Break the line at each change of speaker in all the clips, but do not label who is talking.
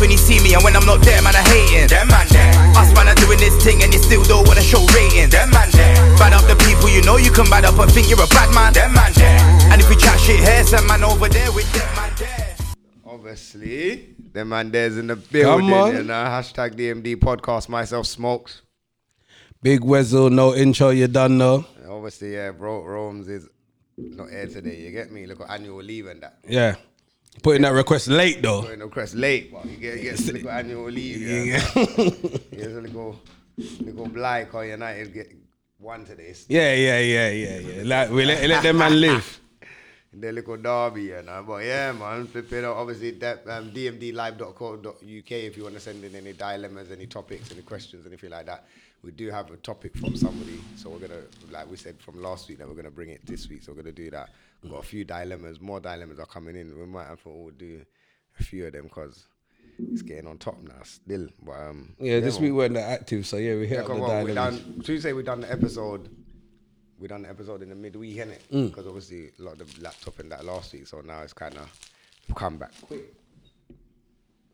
when he see me, and when I'm not there, man, I hating. Them man there. Us man are doing this thing, and you still don't wanna show rating. Them man there. Bad up the people you know you can bad up and think you're a bad man. Them man there. And if we chat shit here, some man over there with them man there.
Obviously, the man there's in the building.
on.
You know, hashtag DMD podcast, myself smokes.
Big Wezzle, no intro, you done though.
And obviously, yeah, bro, Rome's is not here today. You get me? Look at annual leave and that.
Yeah. Put in that request late though.
Putting the crest late, but you get, you get a little annual leave. Yeah.
Yeah,
Here's a little, little blight or United get one today.
yeah, yeah, yeah, yeah. yeah. Like we let, let them man live.
The little derby, you know. But yeah, man, flipping out. Obviously, that um, dmdlive.co.uk if you want to send in any dilemmas, any topics, any questions, anything like that. We do have a topic from somebody, so we're gonna, like we said from last week, that we're gonna bring it this week. So we're gonna do that. We've got a few dilemmas. More dilemmas are coming in. We might have to all do a few of them because it's getting on top now still. But um,
Yeah, this
man.
week we're not active, so yeah, we hit
Yeah,
up the
come on, we
dilemmas.
done Tuesday. We done the episode. We done the episode in the midweek, innit?
Mm.
Because obviously a lot of the laptop and that last week, so now it's kind of come back quick.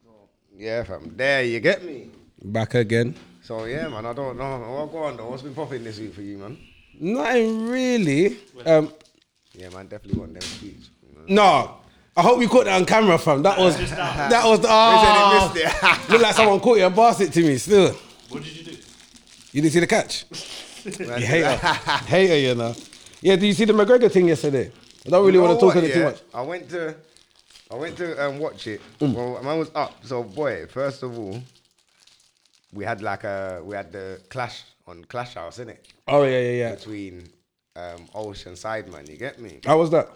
So, yeah, fam. There you get me.
Back again.
So yeah, man. I don't know. Well, go on though. What's been popping this week for you, man?
Nothing really. Um,
Yeah, man. Definitely want them sweets. You know?
no. I hope you caught that on camera, fam. That was that was the
They said they
oh,
missed it.
look like someone caught you and passed it to me. Still,
What did you do?
you didn't see the catch. You hater, hater, you know. Yeah, do you see the McGregor thing yesterday? I don't really
You know
want to talk
what,
on it too
yeah?
much. Mm.
I went to, I went to um, watch it. Well, man was up. So boy, first of all, we had like a we had the clash on Clash House, innit?
Oh yeah, yeah, yeah.
Between um, Ocean Sideman, you get me?
How was that?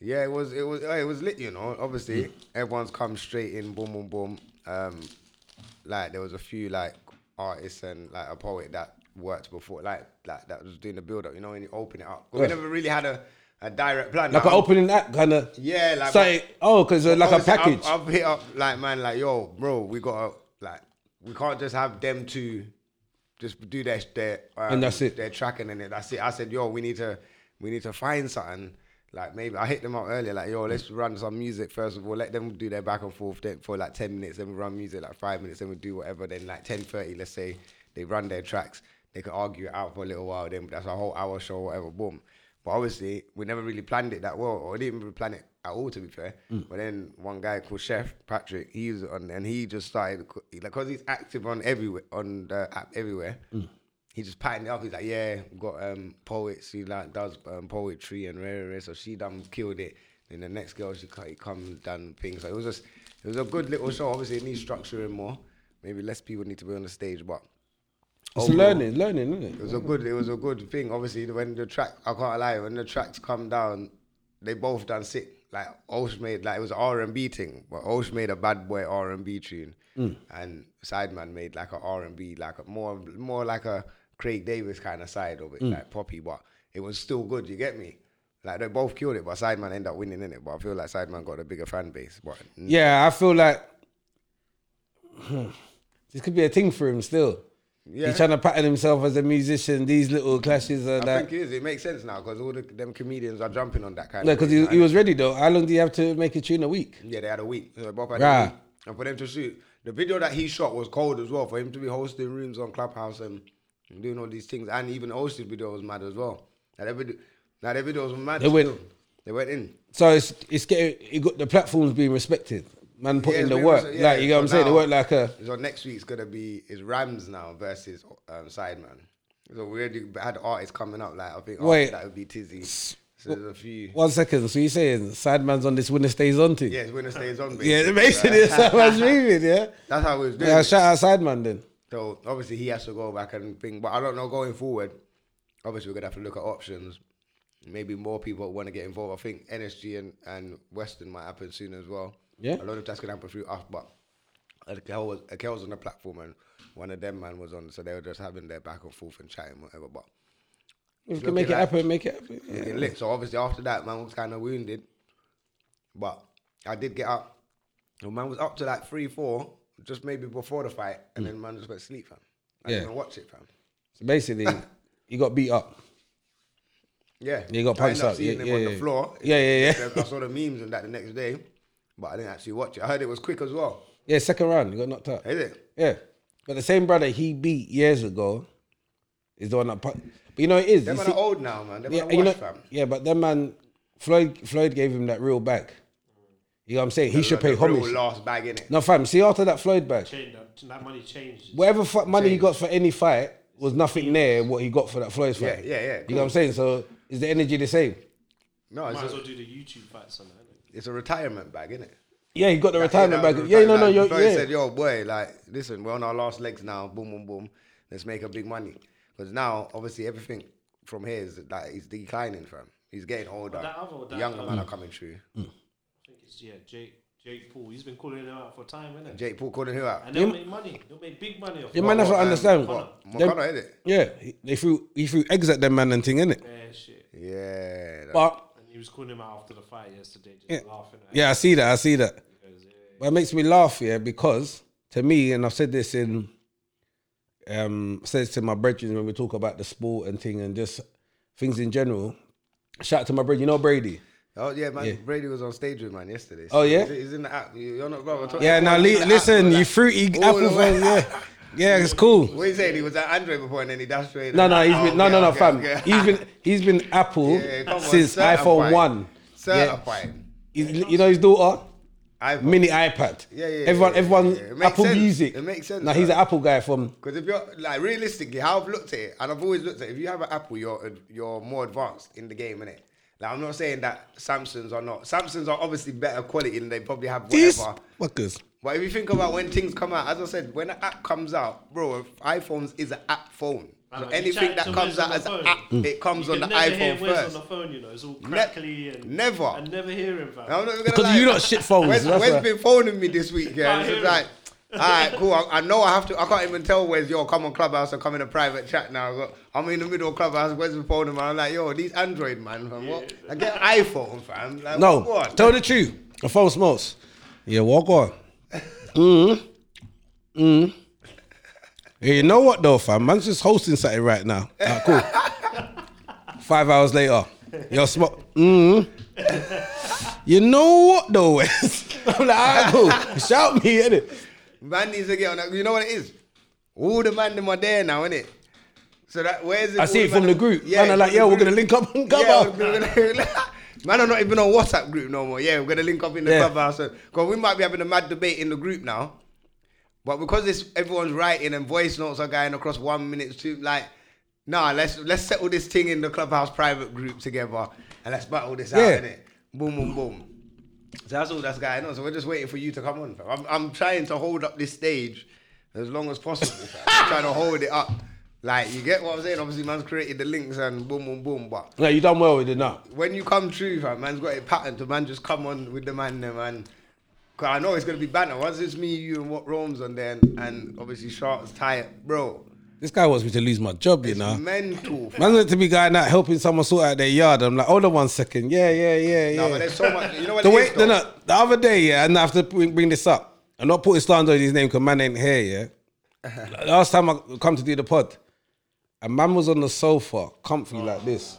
Yeah, it was it was uh, it was lit, you know.
Mm.
Obviously, everyone's come straight in, boom, boom, boom. Um, like there was a few like artists and like a poet that worked before, like like that was doing the build up, you know, and you open it up. But We
Yeah.
never really had a, a direct plan.
Like an
I'm-
opening act kind of.
Yeah, like-
Say, oh, because like a
Obviously, I've-
package.
I've, hit up like man, like yo, bro, we gotta like we can't just have them two just do their their um,
And that's it.
Their tracking and it. That's it. I said, yo, we need to we need to find something. Like maybe I hit them up earlier. Like yo, let's run some music first of all. Let them do their back and forth then for like ten minutes. Then we run music like five minutes. Then we do whatever. Then like ten thirty, let's say they run their tracks. They could argue it out for a little while. Then that's a whole hour show, whatever. Boom. But obviously, we never really planned it that well, or didn't really plan it at all, to be fair. But then one guy called Chef Patrick, he was on, and he just started because he's active on everywhere on the app everywhere. He just patting it up. He's like, yeah, we've got um, poets. She like does um, poetry and rare, rare. So she done killed it. Then the next girl, she co- comes done things. So it was just, it was a good little show. Obviously, it needs structuring more. Maybe less people need to be on the stage, but
it's
overall-
learning, learning, isn't
it
it?
was a good. It was a good thing. Obviously, when the track, I can't lie, when the tracks come down, they both done sick. Like Osh made like it was R and B thing, but Osh made a bad boy R and B tune, and Sideman made like a R and B, like a more more like a Craig Davis kind of side of it, like poppy, but it was still good. You get me? Like they both killed it, but Sideman ended up winning in it. But I feel like Sideman got a bigger fan base. But
Yeah, I feel like this could be a thing for him still.
yeah,
He's trying to pattern himself as a musician. These little clashes
I
are like.
think it is. It makes sense now because all the, them comedians are jumping on that kind
No,
of.
because
thing,
he,
man.
he was ready though. How long do you have to make a tune a week?
Yeah, they had a week. So Bob had a
Right.
week. And for them to shoot, the video that he shot was cold as well. For him to be hosting rooms on Clubhouse and doing all these things, and even hosted video was mad as well. Now their, video, now their videos were mad.
They went-
still. They went in.
So it's it's getting it got the platforms being respected. Man put
Yeah,
in
it's
the
been-
work.
yeah,
like you know what I'm
so
saying? They
now-
work like a
So next week's gonna be is Rams now versus um, Sideman. So we already had artists coming up. Like I think after
Wait.
that would be Tizzy. So there's a few.
one second. So you saying Sideman's on this winner stays on thing?
Yeah, it's winner stays on.
Yeah,
basically.
it makes it Sideman's leaving, yeah.
That's how it was doing.
Yeah,
it.
shout out Sideman then.
So obviously he has to go back and think. But I don't know going forward. Obviously we're gonna have to look at options. Maybe more people want to get involved. I think NSG and, and Western might happen soon as well.
Yeah.
I don't know if that's gonna happen through us, but Akel was Akel's on the platform and one of them man was on, so they were just having their back and forth and chatting whatever. But
If you
Look
can make
at
it
that.
happen, make it happen.
it lit. So obviously after that man was kind of wounded, but I did get up. The man was up to like three, four, just maybe before the fight, and then man just went to sleep, fam. I
Mm. Yeah.
didn't even watch it, fam.
So basically, he got beat up.
Yeah.
He got
I ended
punched
up
out.
Seeing
Yeah,
him
yeah,
on the
yeah.
floor.
Yeah, yeah, yeah.
I saw the memes and that the next day. but I didn't actually watch it. I heard it was quick as well.
Yeah, second round, he got knocked out.
Is it?
Yeah. But the same brother he beat years ago is the one that. Put, but you know it is.
Them
you
man
see-
are old now, man. Them
yeah,
man
you
are
know,
washed, fam.
yeah, but that man, Floyd Floyd gave him that real back. You know what I'm saying? He should pay
The real
homage.
last bag in it.
No, fam. See after that Floyd back,
Changed that, that money changed.
whatever fu- money he got for any fight was nothing near what he got for that Floyd
Yeah,
fight.
yeah, yeah,
You know what I'm saying? So is the energy the same?
No, it's
Might as
a,
well do the YouTube fights on that.
it's a retirement bag, innit?
Yeah, he got the retirement
Yeah,
back. Yeah, no, no,
like,
you're,
before he
yeah.
said, "Yo, boy, like, listen, we're on our last legs now. Boom, boom, boom. Let's make a big money." Because now, obviously, everything from here is like he's declining, fam. He's getting older.
that other- that
Younger
other-
man are coming through.
Mm.
I think it's yeah, Jake Jake Paul. He's been calling them out for time, isn't it?
Jake Paul calling who out?
And they'll make money. They'll make big money off.
You
it.
might not
what, um,
understand.
What,
Them-
McConnell, is it?
yeah, he- they threw he threw eggs at them man and thing, innit?
Yeah, shit.
Yeah. that-
But
And he was calling him out after the fight yesterday, just laughing. At
Yeah, I see that. I see that.
him. Yeah.
But it makes me laugh, yeah, because to me, and I've said this in, um, said this to my brethren when we talk about the sport and thing and just things in general. Shout out to my brother, you know Brady.
Oh yeah, man.
Yeah.
Brady was on stage with man yesterday.
Oh, yeah?
He's, he's in the app. You- You're not brother. talk-
Yeah,
He's
now
in
li-
the app,
listen,
like-
you fruity
All
apple
the way.
fan, yeah, yeah, it's cool.
What you saying? He was at Andre before and then he dashed straight.
No, no, he's
Oh,
been no,
okay,
no, no,
okay,
fam.
okay.
He's been he's been Apple
Yeah, come on,
since iPhone
certified.
one.
certified.
He's- you know his daughter,
iPhone.
mini iPad.
Yeah, yeah,
Everyone,
yeah,
everyone,
yeah, yeah. It makes
Apple
sense.
Music.
It makes sense,
Now he's an
man.
Apple guy from
Because if you're like realistically, how I've looked at it, and I've always looked at it, if you have an Apple, you're you're more advanced in the game, innit? Like I'm not saying that Samsungs are not. Samsungs are obviously better quality and they probably have whatever.
these fuckers.
But if you think about when things come out, as I said, when an app comes out, bro, iPhones is an app phone.
Man,
So
like, you
anything
chat
that
to
comes
Wes on
out
the
as an
phone.
app,
Mm.
it comes
You
on the
can never hear
iPhone
Wes
first.
on the phone, you know, it's all crackly and
never.
I never hear him. Fam.
I'm not even gonna
Because
lie.
you not shit phones.
Wes,
that's
Wes
why.
been phoning me this week, yeah.
I
It's
hear
just
him.
like, all right, cool. I, I know I have to. I can't even tell Wes, yo, come on Clubhouse or come in a private chat now. But I'm in the middle of Clubhouse. Wes been phoning me. I'm like, yo, these Android man, fam. What? I get iPhone, fam. Like,
No,
what?
tell the truth. The phone smokes. Yeah, walk on. Mm. Mm. Yeah, you know what though, fam? Man's just hosting something right now. Ah, cool. Five hours later, you're smoke. Mm. You know what though? Wes? I'm like, ah, cool. Shout me, innit?
Man needs to get on. that. You know what it is? All the man them are there now, innit? So that where's it?
I see
all
it from
man-
the group. Man, I'm like,
the
yeah, we're
group.
gonna link up and cover.
Yeah, we're gonna- Man, I'm not even on WhatsApp group no more. Yeah, we're gonna link up in the
Yeah.
clubhouse because we might be having a mad debate in the group now. But because this, everyone's writing and voice notes are going across one minute two. Like, nah, let's let's settle this thing in the clubhouse private group together and let's battle this
Yeah.
out innit? Boom, boom, boom. So that's all that's going on. So we're just waiting for you to come on. fam. I'm, I'm trying to hold up this stage as long as possible. fam. I'm trying to hold it up. Like, you get what I'm saying? Obviously, man's created the links and boom, boom, boom. But
No, you done well with it now.
when you come through, fam, man's got a pattern to man just come on with the man there, man. 'Cause I know it's gonna be banter. Once it's me, you, and what Rome's on there, and, and obviously Sharp's tired, bro.
This guy wants me to lose my job, you know.
Mental. fam.
Man's meant to be going out helping someone sort out their yard. I'm like, hold on one second. Yeah, yeah, yeah, yeah.
No, but there's so much. You know what?
the
it
way,
is,
no,
though?
no, the other day, yeah, and I have to bring, bring this up. I'm not putting slander on his name because man ain't here, yeah. Last time I come to do the pod, a man was on the sofa, comfy like this,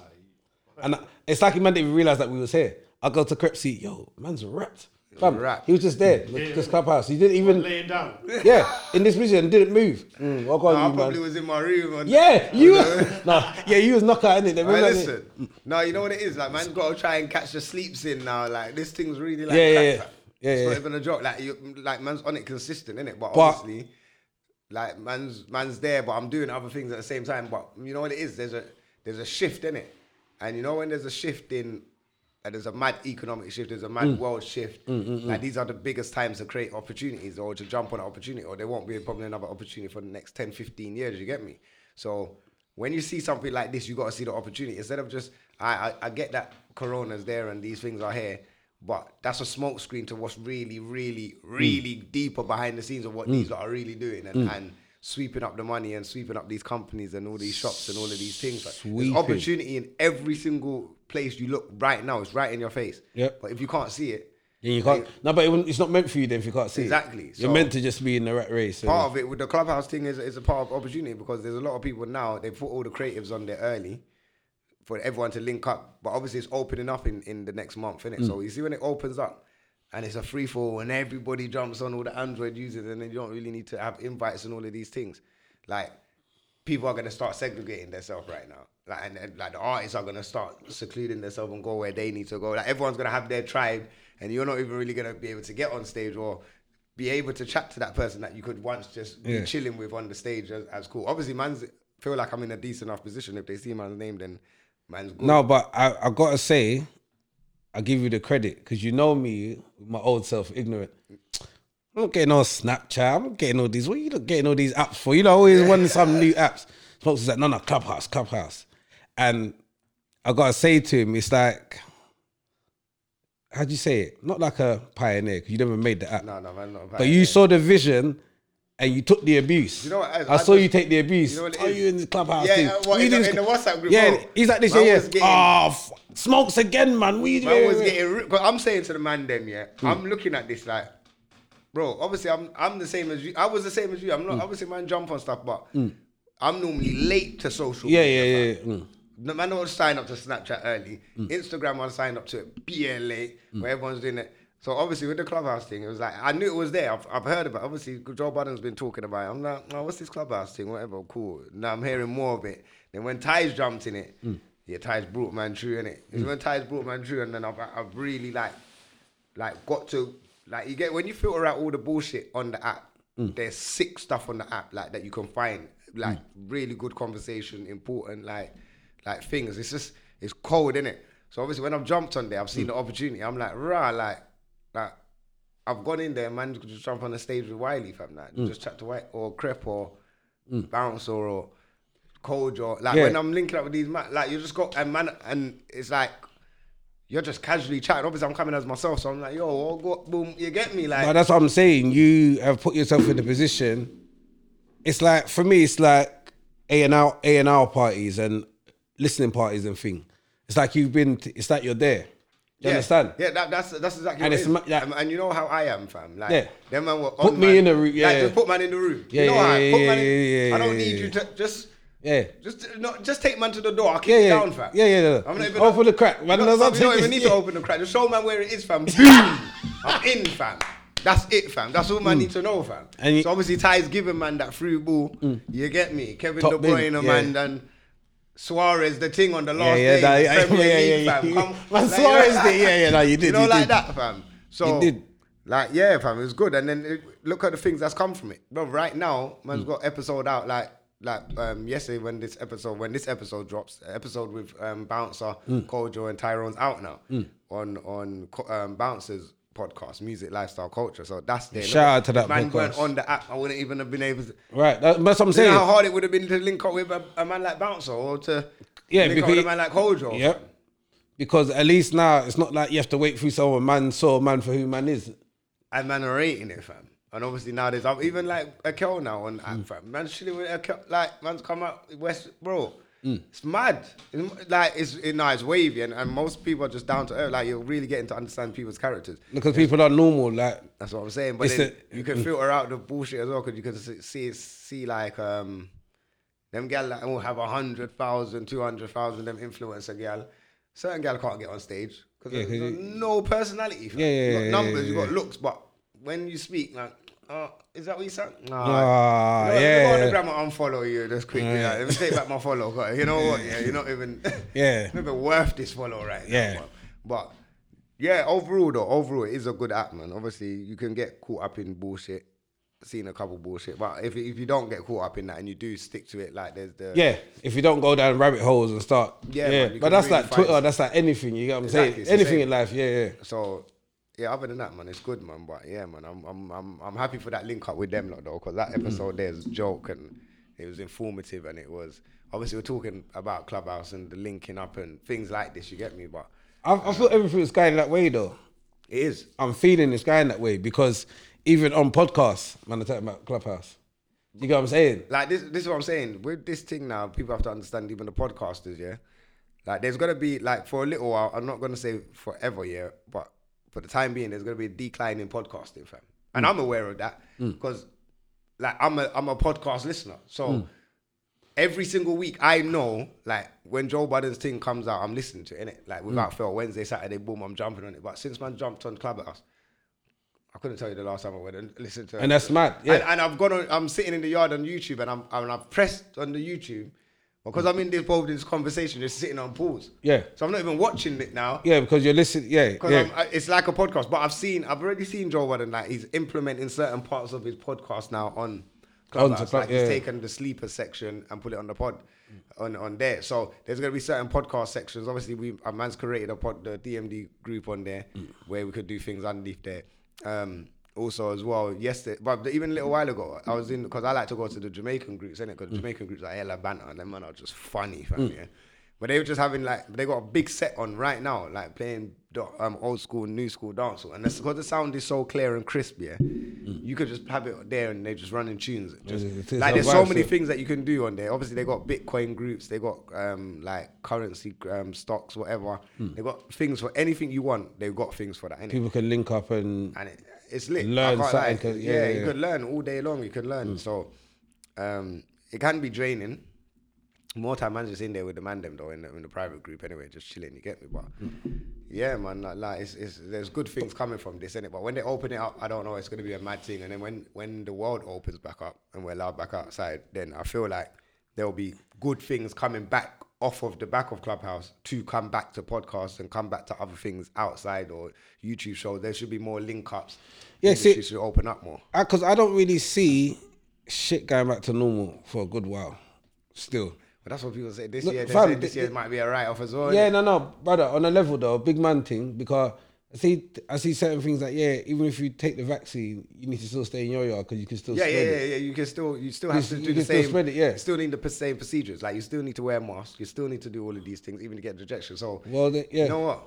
Oh.
and I, it's like he man didn't even realize that we was here. I go to Crepsy, yo, man's wrapped. Fam,
wrapped.
He was just there, look, just clubhouse. He didn't even,
laying down.
yeah, in this position, didn't move. Mm, walk on,
I
you,
probably
man.
was in my room. And,
Yeah, you. no, yeah, you was knockout in it.
Hey, listen. No, you know what it is. Like, man's got to try and catch the sleeps in now. Like, this thing's really like.
Yeah, yeah,
cracked,
yeah.
like.
Yeah,
It's
yeah.
not even a joke. Like, you, like man's on it consistent, innit? But,
But-
obviously, like man's man's there, but I'm doing other things at the same time. But you know what it is? There's a there's a shift in it, and you know when there's a shift in. And there's a mad economic shift. There's a mad
Mm.
world shift. Like these are the biggest times to create opportunities or to jump on an opportunity, or there won't be probably another opportunity for the next 10, 15 years. You get me? So when you see something like this, you got to see the opportunity instead of just I, I I get that Corona's there and these things are here, but that's a smokescreen to what's really, really, really
Mm.
deeper behind the scenes of what these lot are really doing and, and sweeping up the money and sweeping up these companies and all these shops and all of these things. Like, there's
Sweeping.
opportunity in every single place you look right now. It's right in your face.
Yep.
But if you can't see it,
Yeah, you can't. No, but it, wouldn't- it's not meant for you then if you can't see. it.
Exactly,
You're
so-
meant to just be in the rat race. and-
part of it with the clubhouse thing is, is a part of opportunity because there's a lot of people now they put all the creatives on there early for everyone to link up but obviously it's opening up in, in the next month innit? so you see when it opens up and it's a free for all, and everybody jumps on all the Android users, and then you don't really need to have invites and all of these things. Like, people are gonna start segregating themselves right now. Like, and, and, like the artists are gonna start secluding themselves and go where they need to go. Like, everyone's gonna have their tribe, and you're not even really gonna be able to get on stage or be able to chat to that person that you could once just
Yeah.
be chilling with on the stage as, as cool. Obviously, man's feel like I'm in a decent enough position. If they see man's name, then man's good.
No, but I, I gotta say, I give you the credit because you know me, my old self, ignorant. I'm not getting on Snapchat. I'm not getting all these. What you not getting all these apps for? You know, I always wanting some new apps. Smokes was like, no, no, Clubhouse, Clubhouse, and I gotta say to him, it's like, how do you say it? Not like a pioneer 'cause you never made the app,
no, no, man, not a
but you
pioneer.
saw the vision. And you took the abuse.
You know what,
I,
I- I
saw you
just-
take the abuse.
you know what it
Are
is?
you in the clubhouse?
Yeah,
thing?
uh, what,
What you
in
doing
the-
this-
in the WhatsApp group,
Yeah,
bro.
he's like this.
Man
yeah, yeah.
was getting-
Oh, f- smokes again, man. What you doing?
Man was getting ripped. But I'm saying to the man, them, yeah,
Hmm.
I'm looking at this like, bro, obviously I'm I'm the same as you. I was the same as you.
Hmm.
I'm not, obviously, man, jump on stuff, but I'm normally late to social.
Yeah,
media,
yeah, yeah.
fam.
yeah. Mm.
No, man, I don't sign up to Snapchat early. Instagram, I signed up to it BLA, where everyone's doing it. So obviously with the clubhouse thing, it was like I knew it was there. I've, I've heard about. It. Obviously, Joe Biden's been talking about. it. I'm like, oh, what's this clubhouse thing? Whatever, cool. Now I'm hearing more of it. Then when Ty's jumped in it, yeah, Ty's brought man true in it. It's when Ty's brought man true, and then I've, I've really like, like got to like you get when you filter out all the bullshit on the app. There's sick stuff on the app like that you can find like really good conversation, important like like things. It's just it's cold in it. So obviously when I've jumped on there, I've seen the opportunity. I'm like rah like like I've gone in there, man. Just jump on the stage with Wiley fam, like just chat to White or Crep or Bounce or. or Cold or like
Yeah.
when I'm linking up with these man, like you just got and man, and it's like you're just casually chatting. Obviously, I'm coming as myself, so I'm like, yo, I'll go, boom, you get me? Like,
But that's what I'm saying. You have put yourself in the position. It's like for me, it's like A and L, A and L parties and listening parties and thing. It's like you've been. T- it's like you're there. You
yeah,
understand?
Yeah, that, that's that's exactly. what
And
it
it's
is.
ma- like-
and, and you know how I am, fam. Like,
Yeah.
them man were on
Put me
man.
in the room, yeah.
like, just put man in the room.
Yeah,
you know
yeah,
I, put
yeah,
man in,
yeah, yeah,
I don't
yeah,
need
yeah.
you to just.
Yeah.
Just no, just take man to the door. I'll kick
Yeah,
you
yeah.
down, fam.
Yeah, yeah, yeah.
I'm not even,
Open the crack. Man,
you
that's what
don't,
I'm
you don't
saying.
even need
Yeah.
to open the crack. Just show man where it is, fam. Boom. I'm in, fam. That's it, fam. That's all man need to know, fam.
Mm. And you- Mm.
so obviously Ty's giving man that free ball. You get me? Kevin
Top
De Bruyne,
bin,
a
yeah.
man, and Suarez, the thing on the last
yeah,
day. of
that- yeah,
the Premier
yeah, yeah,
League,
yeah,
fam.
yeah.
Come-
Man,
like, you know-
Suarez did, yeah, yeah, no, you did,
You know,
you
like
did.
that, fam. So
You did.
Like, yeah, fam, it was good. And then it, look at the things that's come from it. But right now, man's
Hmm.
got episode out like like um yesterday when this episode when this episode drops, episode with um Bouncer,
Hmm.
Kojo, and Tyrone's out now on on Co- um Bouncer's podcast, music, lifestyle, culture. So that's there. Look
Shout
at-
out to that
if Man weren't
podcast.
on the app. I wouldn't even have been able to.
Right. That, that's what I'm
You know how
saying.
hard it would have been to link up with a, a man like Bouncer or to
Yeah,
link up
because-
with a man like Kojo.
Yep. Because at least now it's not like you have to wait through someone. Man saw man for who man is.
and man are rating it, fam. And obviously nowadays, I'm even like Akel now on app, fam. Man, shitting with Akel, like man's come out West, bro. It's mad. It's, like it's it, no, it's wavy, and, and most people are just down to earth. Like you're really getting to understand people's characters.
Because people are normal. Like
That's what I'm saying. But
It's
then
a-
you can filter out the bullshit as well, because you can s- see see like um them gal that will have 100,000, 200,000, them influencer gal. Certain gal can't get on stage because
Yeah, 'cause
there's
you-
no personality. fam.
Yeah, yeah,
you got
yeah,
numbers,
yeah,
you
yeah.
got looks, but when you speak, like, oh, is that what you said? Nah.
Ah,
you know, Let me
yeah,
go on the
yeah.
gram and unfollow you just quickly.
Yeah.
like, let me take back my follow. 'cause You know what? Yeah, you're not even.
Yeah.
not even worth this follow right now,
Yeah.
man. But yeah, overall though, overall it is a good app, man. Obviously, you can get caught up in bullshit, seeing a couple bullshit. But if if you don't get caught up in that and you do stick to it, like there's the
Yeah, if you don't go down rabbit holes and start.
Yeah,
Yeah,
man, you
but
can
that's
really
like
find-
Twitter. That's like anything. You get what I'm
Exactly, it's
saying?
the
Anything
same.
in life. Yeah, yeah.
So yeah, other than that, man, it's good, man. But yeah, man, I'm I'm I'm, I'm happy for that link up with them lot though, because that episode there's joke and it was informative and it was obviously we're talking about clubhouse and the linking up and things like this. You get me? But
I, I feel everything's going that way though.
it is
I'm feeling it's going that way because even on podcasts, man, I'm talking about Clubhouse. You get what I'm saying?
like this this is what I'm saying. With this thing now, people have to understand even the podcasters, yeah. Like there's gonna be like for a little while, I'm not gonna say forever, yeah, but for the time being, there's gonna be a decline in podcasting, fam.
Mm.
And I'm aware of that. Because like I'm a I'm a podcast listener. So
Mm.
every single week I know like when Joe Biden's thing
Mm.
comes out, I'm listening to it, innit? Like without fail, Wednesday, Saturday, boom, I'm jumping on it. But since man jumped on Clubhouse, I couldn't tell you the last time I went and listened to.
And that's mad, yeah.
And, and I've gone. On, I'm sitting in the yard on YouTube, and I'm and I've pressed on the YouTube because I'm in- involved in this conversation, just sitting on pause.
Yeah.
So I'm not even watching it now.
Yeah, because you're listening. Yeah,
Because
yeah.
it's like a podcast, but I've seen, I've already seen Joe Budden like he's implementing certain parts of his podcast now on Clubhouse.
Club-
like he's
yeah.
taken the sleeper section and put it on the pod, on on there. So there's gonna be certain podcast sections. Obviously, we our man's created a pod, the DMD group on there where we could do things underneath there. Um, also as well, yesterday, but even a little while ago, I was in because I like to go to the Jamaican groups, innit? Because Jamaican groups are hella banter, and them man are just funny, fam. Yeah. But they were just having like they got a big set on right now, like playing do- um, old school, new school dancehall, and that's because the sound is so clear and crisp. Yeah, you could just have it there and they're just running tunes. Just,
it is
like
a
there's so
vibe,
many
so-
things that you can do on there. Obviously, they got Bitcoin groups, they got um, like currency um, stocks, whatever. They got things for anything you want. They've got things for that. innit?
Hmm. People can link up and
and it, it's lit.
Learn
I can't
something,
lie.
'cause-
yeah,
yeah,
you
yeah. Hmm.
could learn all day long. You could learn. So um, it can be draining. More time, man's just in there with the man them though in the, in the private group anyway, just chilling. You get me, but yeah, man, like, like it's, it's there's good things coming from this, innit? But when they open it up, I don't know, it's gonna be a mad thing. And then when when the world opens back up and we're allowed back outside, then I feel like there will be good things coming back off of the back of Clubhouse to come back to podcasts and come back to other things outside or YouTube shows. There should be more link ups.
Yeah, see-
Industry should open up more.
because I don't really see shit going back to normal for a good while. Still.
But that's what people say this
Look,
year. They
fam,
said this
the-
year
the-
might be a write off as well.
Yeah,
innit?
no, no, brother. On a level though, big man thing because I see I see certain things like yeah, even if you take the vaccine, you need to still stay in your yard because you can still
Yeah,
spread
yeah, yeah,
it.
yeah. You can still, you still have
s-
to do
you
the
can still
same.
spread it, yeah.
you still need the p- same procedures. Like you still need to wear masks. You still need to do all of these things, even to get rejection. So,
Well, then- yeah. Hmm.
you know what?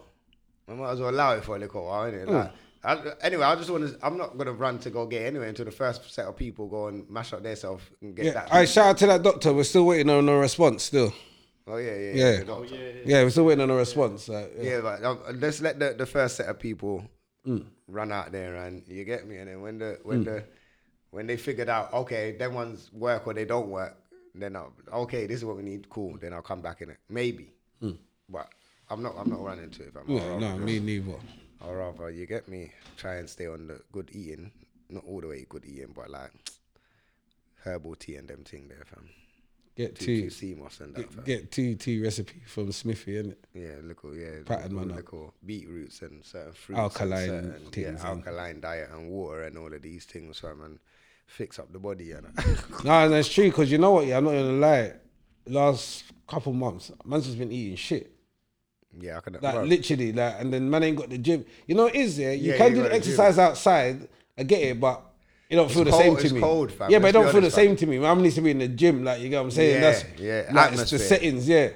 I might as well allow it for a little while, innit? Like, I, anyway, I just want to. I'm not gonna run to go get anyway until the first set of people go and mash up themselves and get
Yeah,
that.
I shout out to that doctor. We're still waiting on a response. Still,
oh yeah, yeah,
Yeah.
the doctor.
Yeah, yeah.
yeah, we're still waiting on a response. like, yeah.
Yeah, but um, let's let the, the first set of people run out there, and you get me. And then when the when the when they figured out, okay, them ones work or they don't work, then I'll, okay, this is what we need. Cool. Then I'll come back in it, maybe. But I'm not I'm not running to it. fam. I'd
No,
rather
no,
just-
me neither.
I'd rather you get me. Try and stay on the good eating, not all the way good eating, but like herbal tea and them thing there, fam.
Get
Two
two,
sea moss and that, fam.
get two tea recipe from Smithy, innit?
Yeah, little yeah,
Pattern
little,
man up.
little beetroots and certain fruits,
Alkaline
and certain, yeah,
things and-
alkaline diet and water and all of these things, fam, and fix up the body and
No, and that's true because you know what? Yeah, I'm not gonna lie. Last couple months, man's just been eating shit.
yeah, I can.
Like
bro,
literally, like, and then man ain't got the gym. You know, it is yeah. You
Yeah,
can
you got
do the
the gym.
exercise outside. I get it, but it don't feel the
cold-
same to
it's
me.
cold, fam,
Yeah, but it
let's
don't
be
feel the
honest,
same to me. Man needs to be in the gym. Like you get what I'm saying?
Yeah,
That's
yeah,
Like, it's the
atmosphere.
settings. Yeah.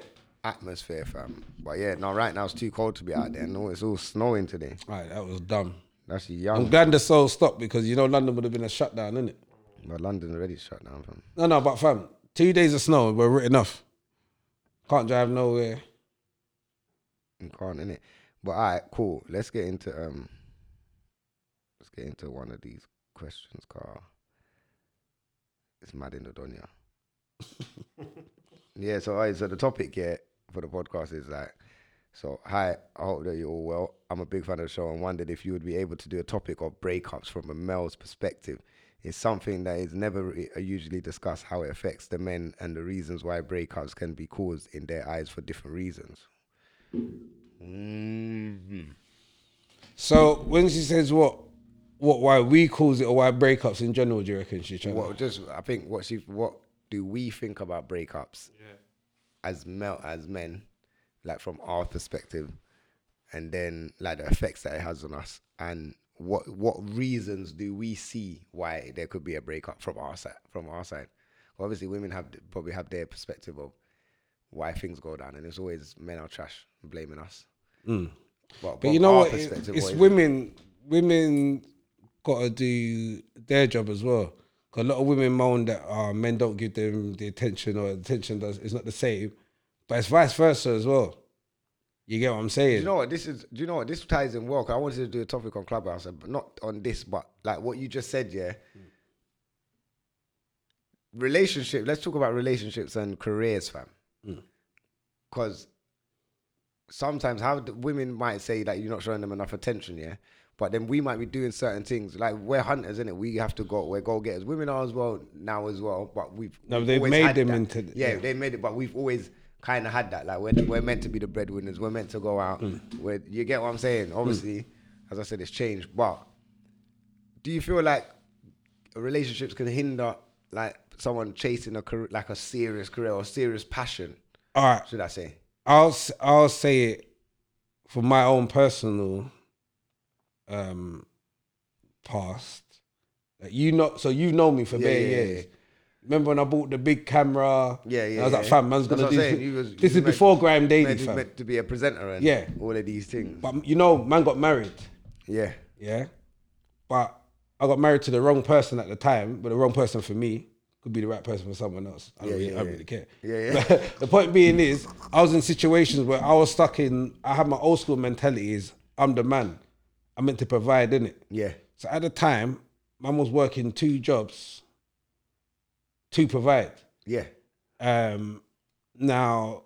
atmosphere, fam. But yeah, no, right now it's too cold to be out there. No, it's all snowing today.
All right, that was dumb.
That's
I'm
young.
glad the soul stopped because you know London would have been a shutdown, innit?
But London already shut down, fam.
No, no, but fam, two days of snow, we're written off. Can't drive nowhere.
You can't innit. But alright, cool. Let's get into um. Let's get into one of these questions, Carl. It's mad in the dunya. yeah. So, alright. So the topic here for the podcast is like, so hi. I hope that you're all well. I'm a big fan of the show and wondered if you would be able to do a topic of breakups from a male's perspective. It's something that is never re- usually discussed how it affects the men and the reasons why breakups can be caused in their eyes for different reasons.
So when she says what, what, why we cause it or why breakups in general, do you reckon she's trying
Well, just I think what she what do we think about breakups as mel as men, like from our perspective, and then like the effects that it has on us, and what what reasons do we see why there could be a breakup from our side? From our side, obviously women have probably have their perspective of why things go down, and it's always men are trash blaming us.
Mm. But you know what? it- it's women. Women got to do their job as well. 'Cause a lot of women moan that uh, men don't give them the attention or attention does it's not the same, but it's vice versa as well. You get what I'm saying?
Do you know what this is? Do you know what this ties in well? 'cause I wanted to do a topic on Clubhouse, but not on this, but like what you just said, yeah. Relationship. Let's talk about relationships and careers, fam. Because sometimes how the women might say that you're not showing them enough attention, yeah. But then we might be doing certain things. Like we're hunters, innit? We have to go. We're goal getters. Women are as well now as well. But we've
No,
we've
they've
always
made
had
them
that.
into-
yeah,
yeah.
they made it. But we've always kind of had that. Like we're we're meant to be the breadwinners. We're meant to go out.
Mm.
We're, you get what I'm saying? Obviously, as I said, it's changed. But do you feel like relationships can hinder like someone chasing a career, like a serious career or serious passion?
All right.
Should I say?
I'll s- I'll say it for my own personal um past. Like, you know, so you know me for
Yeah,
bare
yeah, yeah.
years. Remember when I bought the big camera?
Yeah, yeah.
I was like,
yeah.
fam, man's
That's
gonna
what
do
I'm
this.
saying. You was- you
this is
meant-
before Graham Daly,
meant,
fam.
meant to be a presenter and
Yeah.
all of these things.
But you know, man got married.
yeah,
Yeah. But I got married to the wrong person at the time, but the wrong person for me could be the right person for someone else. I don't,
Yeah,
really,
yeah,
I don't
yeah.
really care.
Yeah, yeah.
But the point being is, I was in situations where I was stuck in, I had my old school mentality is, I'm the man. I'm meant to provide, innit?
yeah,
So at the time, mum was working two jobs to provide.
yeah,
Um, now,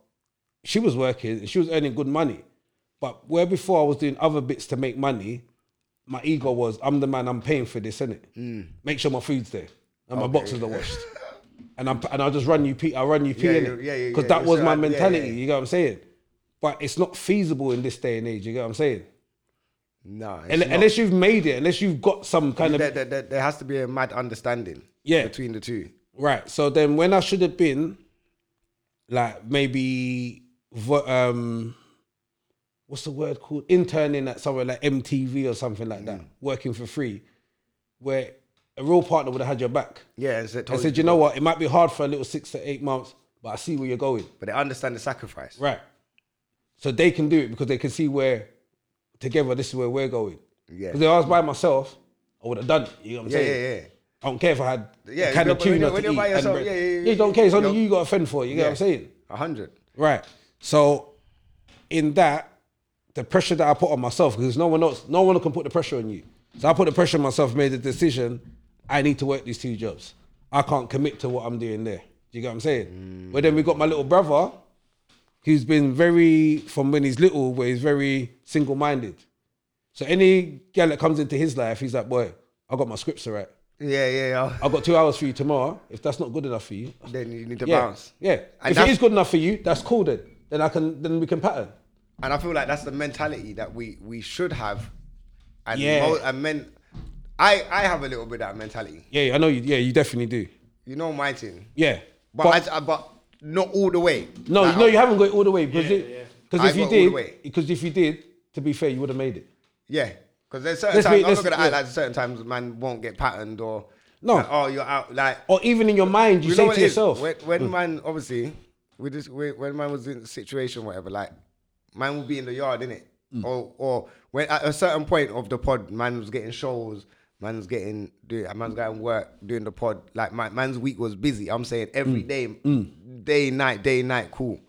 she was working, she was earning good money. But where before I was doing other bits to make money, my ego was, I'm the man, I'm paying for this, innit? Mm. Make sure my food's there and my boxes are washed. and, I'm, and I'll just run you P, I'll run you P,
Yeah,
innit?
yeah, yeah, yeah,
Because
yeah.
that was
So
my
I- yeah,
mentality,
yeah.
you get what I'm saying? But it's not feasible in this day and age, you get what I'm saying?
no. it's
Unle-
not.
Unless you've made it, unless you've got some kind of
there, there, there, there has to be a mad understanding
Yeah.
between the two.
Right. So then when I should have been, like maybe, vo- um, what's the word called? Interning at somewhere like MTV or something like
Mm.
that, working for free, where a real partner would have had your back.
Yeah, and so
I said, you know what? It might be hard for a little six to eight months, but I see where you're going.
but they understand the sacrifice.
Right. So they can do it because they can see where together this is where we're going.
Yeah.
Because if I was by myself, I would have done it. You know what I'm
Yeah,
saying?
yeah, yeah.
I don't care if I had
Yeah,
a can
but
of
when
tuna
you're- when
to
you're
eat
by
and
yourself,
bread.
yeah, yeah, yeah,
You don't care. It's only
you're-
you got to fend for. You get what I'm saying?
A hundred.
Right. So, in that, the pressure that I put on myself because no one else, no one can put the pressure on you. So I put the pressure on myself. Made the decision. I need to work these two jobs. I can't commit to what I'm doing there. Do you get what I'm
Mm.
saying? But then we got my little brother, who's been very from when he's little, where he's very single-minded. So any girl that comes into his life, he's like, boy, I got my scripts to write.
Yeah, yeah, yeah.
I've got two hours for you tomorrow. If that's not good enough for you,
Then you need to
yeah,
bounce.
yeah.
And
if it
that's-
is good enough for you, that's cool then. Then I can, then we can pattern.
And I feel like that's the mentality that we we should have. And
Yeah.
mo- and men, I I have a little bit of that mentality.
Yeah, I know. You, yeah, you definitely do.
You know my thing.
Yeah,
But
But-
I, I- but not all the way.
no,
Like, oh,
no,
I-
you haven't got it all the way because
Yeah,
it-
yeah.
'cause
I
if you
got all the way.
did, because if you did, to be fair, you would have made it.
Yeah, because there's certain
Let's
times
be-
I'm
let's-
not gonna act
yeah.
like certain times man won't get patterned or
No.
like, oh you're out like
Or even in your mind, you,
you know
say
what
to
it is?
yourself, Hmm.
when, when man obviously we just we, when man was in a situation whatever like man will be in the yard innit?
Hmm.
or or when at a certain point of the pod man was getting shows man's getting doing man's going work doing the pod like my man's week was busy I'm saying every
Hmm.
day, day night day night cool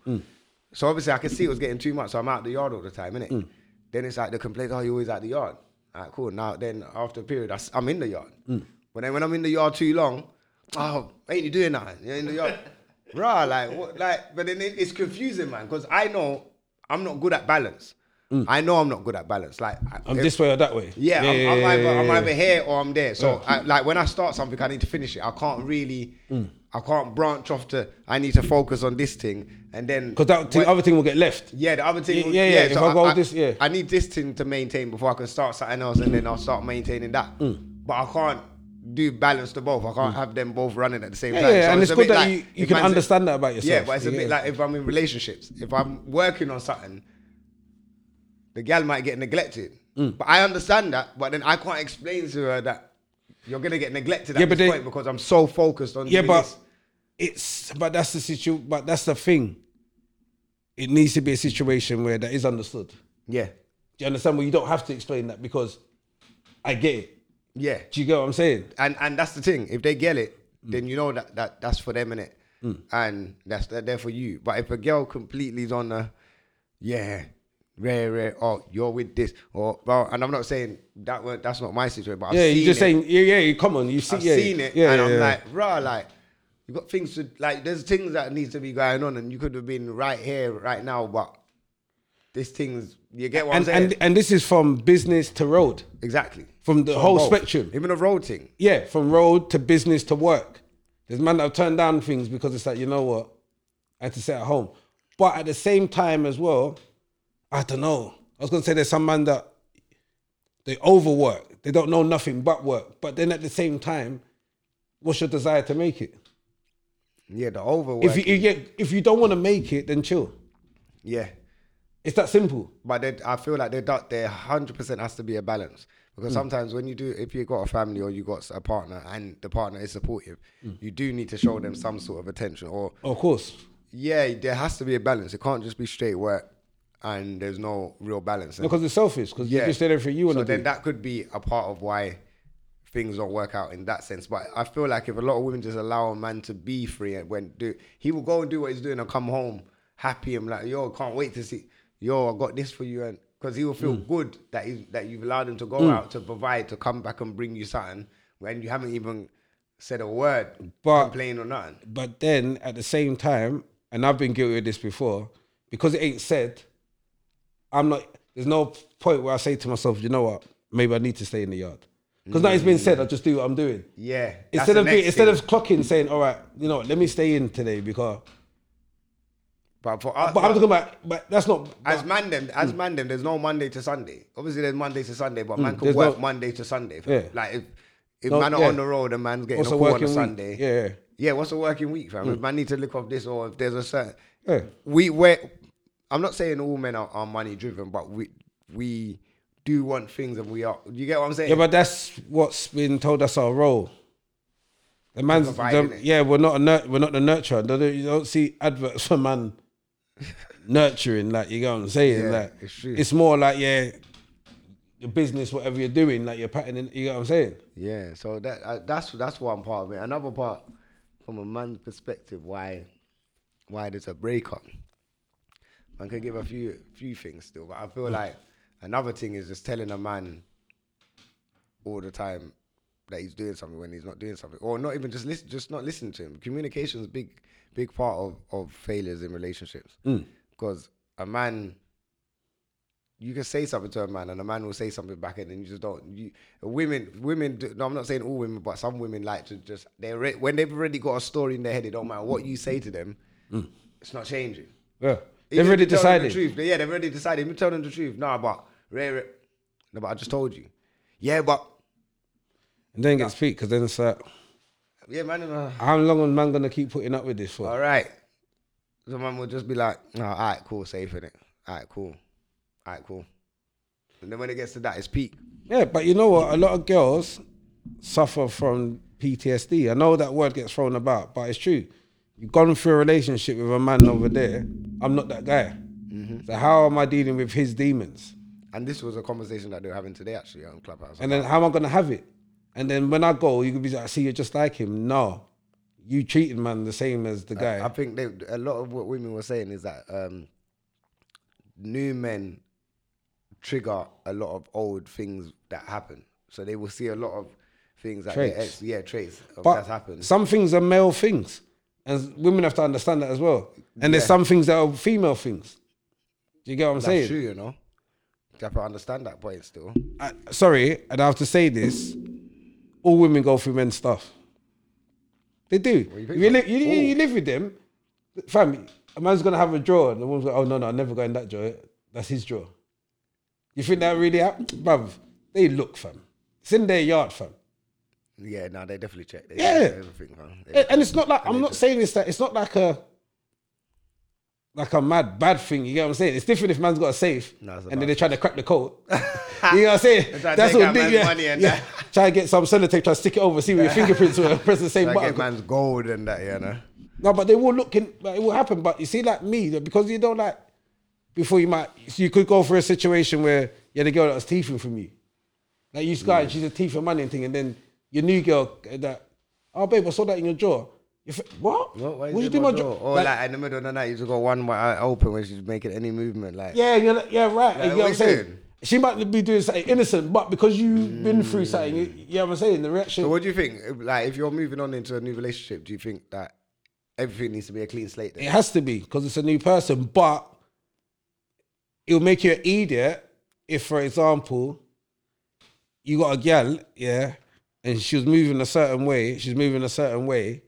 so obviously I could see it was getting too much so I'm out the yard all the time innit?
Mm.
then it's like the complaint oh you always out the yard alright cool now then after a period I, am in the yard
Mm.
but then when I'm in the yard too long oh ain't you doing nothing you're in the yard Bruh, like what like but then it, it's confusing man because i know i'm not good at balance i know i'm not good at balance like I-
Mm. "I'm
if-
this way or that way."
yeah, I'm, I'm, either, I'm
yeah,
either here or i'm there so I, like when i start something i need to finish it i can't really
Mm.
i can't branch off to i need to focus on this thing and then
Because that thing,
when-
other thing will get left.
yeah, the other thing.
Yeah,
was-
yeah, yeah, if I go this- yeah.
I need this thing to maintain before I can start something else, and then I'll start maintaining that.
Mm.
But I can't do balance to both. I can't have them both running at the same
Yeah,
time.
yeah, and it's
a
good
bit
that you- you
if
can
man's-
understand that about
Yeah,
yourself.
but it's a
Yeah.
bit like if I'm in relationships, if I'm working on something, the gal might get neglected.
Mm.
But I understand that, but then I can't explain to her that you're gonna get neglected at
Yeah, but
this
they-
point because I'm so focused on
Yeah,
doing
but
this.
it's but that's the situation. But that's the thing. It needs to be a situation where that is understood.
yeah,
Do you understand? Well, you don't have to explain that because I get it.
yeah.
Do you get what I'm saying?
and and that's the thing. If they get it,
Mm.
then you know that, that that's for them, innit? And that's that there for you. But if a girl completely is on the, yeah, rare, rare, oh, you're with this, or bro, and I'm not saying that wa- that's not my situation, but I've
yeah,
seen
you're just
it.
saying, yeah, yeah, come on, you see,
I've
yeah,
seen it,
yeah,
and
yeah,
I'm
yeah.
like, bruh, like you got things to like. There's things that needs to be going on, and you could have been right here, right now, but this thing's you get what I'm
And,
saying?
and and this is from business to road,
exactly.
from the
So
whole
both.
spectrum.
Even the road thing.
Yeah, from road to business to work. There's man that have turned down things because it's like, you know what? I had to stay at home. But at the same time as well, I don't know. I was gonna say there's some man that they overwork. They don't know nothing but work. But then at the same time, what's your desire to make it?
Yeah, the overwork.
If you yeah, if you don't want to make it, then chill.
yeah.
It's that simple.
But they, I feel like they don't- there hundred percent has to be a balance because sometimes when you do, if you got a family or you got a partner and the partner is supportive, you do need to show them some sort of attention. Or
Of course.
yeah, there has to be a balance. It can't just be straight work and there's no real balance. And-
Because it's selfish, because you
Yeah.
just did everything you want
so
to
then
do.
that could be a part of why things don't work out in that sense. But I feel like if a lot of women just allow a man to be free and when do he will go and do what he's doing and come home happy and like yo can't wait to see yo I got this for you and because he will feel
Mm.
good that he, that you've allowed him to go out to provide to come back and bring you something when you haven't even said a word
But-
complain or nothing.
But then at the same time, and I've been guilty of this before, because it ain't said, I'm not. There's no point where I say to myself, you know what? Maybe I need to stay in the yard. Because now it's been said, I just do what I'm doing.
Yeah. that's
Instead
the
of being,
next
instead
thing.
of clocking, saying, all right, you know, what, let me stay in today because.
but for us,
But I'm talking about, but Mm. that's not.
As man them, as man them, there's no Monday to Sunday. Obviously, there's Monday to Sunday, but man can
Mm. there's
work
no-
Monday to Sunday.
Yeah.
Like if if
No,
man are
yeah.
on the road and man's getting
What's
a
a
call on
working
a
week?
Sunday.
Yeah, Mm. yeah.
Yeah, what's a working week, fam? If man need to look off this or if there's a certain
Yeah.
we where I'm not saying all men are, are money driven, but we we do want things and we are you get what I'm saying?
Yeah, but that's what's been told us our role. The man's,
Providing
the-
it.
yeah, we're not a nur- we're not the nurturer. They don't- You don't see adverts for man nurturing, like you go and saying
Yeah,
like
it's true.
more like yeah, your business, whatever you're doing, like you're patterning. You know what I'm saying?
Yeah, so that uh, that's that's one part of it. Another part, from a man's perspective, why why there's a breakup. Man can give a few few things still, but I feel like another thing is just telling a man all the time that he's doing something when he's not doing something, or not even just listen, just not listening to him. Communication is a big big part of of failures in relationships because a man you can say something to a man and a man will say something back and then you just don't you women women do, no, i'm not saying all women but some women like to just they re- when they've already got a story in their head it don't matter what you say to them it's not changing Even
Yeah, Mm. they've
if
already
you tell them
decided.
the truth, they- yeah they've already decided you tell them the truth no but rare rare- no but i just told you yeah but
and then it gets peaked because then it's like,
yeah man uh,
how long is man gonna keep putting up with this for?
all right so man will just be like no, all right cool safe in it all right cool all right cool and then when it gets to that it's peak
Yeah, but you know what? A lot of girls suffer from PTSD. I know that word gets thrown about, but it's true. You've gone through a relationship with a man over there. I'm not that guy.
Mm-hmm.
So how am I dealing with his demons?
and this was a conversation that they were having today actually on clubhouse
And then how am I gonna have it? And then when I go, you could be like, "See, you're just like him." No, you treated man the same as the guy.
I think they, a lot of what women were saying is that um, new men trigger a lot of old things that happen. So they will see a lot of things that their
Traits.
ex, yeah, traits of
but
that's happened.
some things are male things, and women have to understand that as well. And there's
Yeah.
some things that are female things. Do you get what I'm
that's
saying?
true, you know. You have to understand that point still.
I, sorry, and I have to say this: all women go through men's stuff. They do.
you
You,
think
you,
so?
li- you, you- you live with them, fam. A man's gonna have a drawer, and the woman's like, "Oh no, no, I never go in that drawer. That's his drawer." You think that really happened, bruv? They look, fam. It's in their yard, fam.
Yeah, no, they definitely check. They
Yeah.
check everything, man. They
And
check
and it's not like
they
I'm not
just-
saying this. That it's not like a like a mad bad thing. You get what I'm saying? It's different if man's got a safe
No, it's a
and then
bad
they try to crack the code. you know what I'm saying?
try to
That's
take
what
out man's money and uh, that.
Try to get some sellotape, try to stick it over, see where your fingerprints were, and press the same
Like
button.
get man's gold and that, you know.
No, but they will look in. Like, it will happen. But you see, like me, that because you don't like before you might, so you could go for a situation where you had a girl that was teething from you, like you guy, she's a teeth and money and thing, and then your new girl uh, that, oh babe, I saw that in your jaw. You f- what?
What, why is
What'd
it my door? Or like,
Like,
in the middle of the night, you just got one eye open when she's making any movement. Like,
yeah, you're like, yeah, right. you
what
know what
you
I'm saying?
doing?
She might be doing something innocent, but because you've been through something, you, you know what I'm saying? The reaction.
So what do you think? Like, if you're moving on into a new relationship, do you think that everything needs to be a clean slate? Then?
It has to be because it's a new person, but it'll make you an idiot if, for example, you got a gal, yeah, and she was moving a certain way, she's moving a certain way,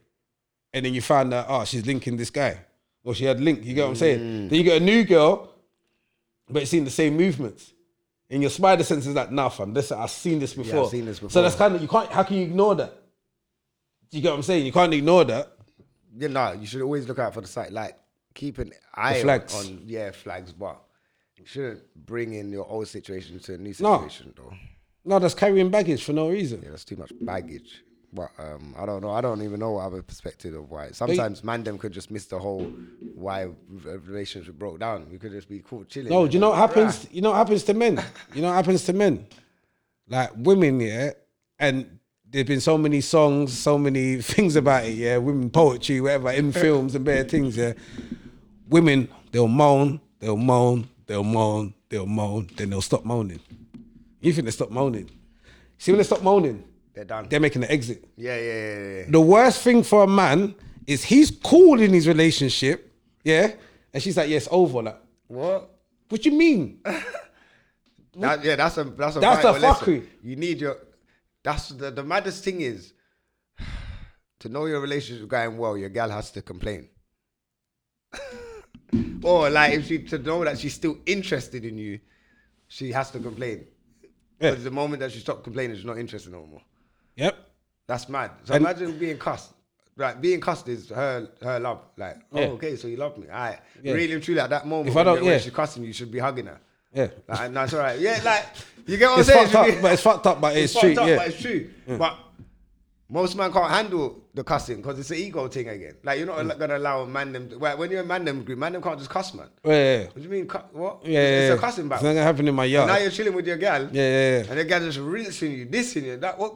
and then you find out, oh, she's linking this guy. Or she had link, you get what I'm saying?
Mm.
Then you get a new girl, but it's seen the same movements. And your spider sense is like, nah, fam, this, I've seen this before.
seen this
So
before.
that's kind of, you can't, how can you ignore that? You get what I'm saying? You can't ignore that.
Yeah, no, you should always look out for the site. Like, keep an eye on-
flags.
on, yeah, flags, but you shouldn't bring in your old situation to a new
No.
situation, though.
No, that's carrying baggage for no reason.
Yeah, that's too much baggage. But um, I don't know. I don't even know what other perspective of why. Sometimes man them could just miss the whole why a relationship broke down. We could just be cool chilling.
No, do you know what happens? You know what happens to men? You know what happens to men? Like women, yeah, and there's been so many songs, so many things about it, yeah, women poetry, whatever, in films and better things, yeah. Women, they'll moan, they'll moan, they'll moan, they'll moan, then they'll stop moaning. You think they stop moaning? See when they stop moaning,
They're done.
they're making an exit.
yeah, yeah, yeah, yeah, yeah.
The worst thing for a man is he's cool in his relationship, yeah, and she's like, "Yes, over." Like,
What?
what you mean?
That, yeah, that's a that's a
That's
vital
a
lesson.
fuckery.
You need your. That's the the maddest thing is. To know your relationship going well, your gal has to complain. or like if she to know that she's still interested in you, she has to complain.
Yeah.
Because the moment that she stopped complaining, she's not interested no more.
Yep.
That's mad. So
And-
imagine being cussed. Right, being cussed is her her love. Like, oh,
Yeah.
okay, so you love me. All right.
Yeah.
Really and truly at that moment
If I
when
don't-
you're- when
yeah.
she's cussing you, you should be hugging her.
Yeah.
Like, no, it's all right. Yeah, like Oh, you get what
It's
I'm saying.
fucked up,
Should be-
but it's fucked up, but it's
fucked
true,
up,
yeah. Mm.
but it's true. But most men can't handle the cussing because it's an ego thing again. Like you're not
Mm.
gonna allow a man them. Well, when you're a man them group, man them can't just cuss, man. What
Yeah, yeah,
do you mean? Cu- what?
yeah.
it's,
yeah.
it's a cussing
It's not
battle.
gonna happen in my yard.
Now you're chilling with your gal.
yeah, yeah, yeah.
And the gal just rinsing you, dissing you. That what?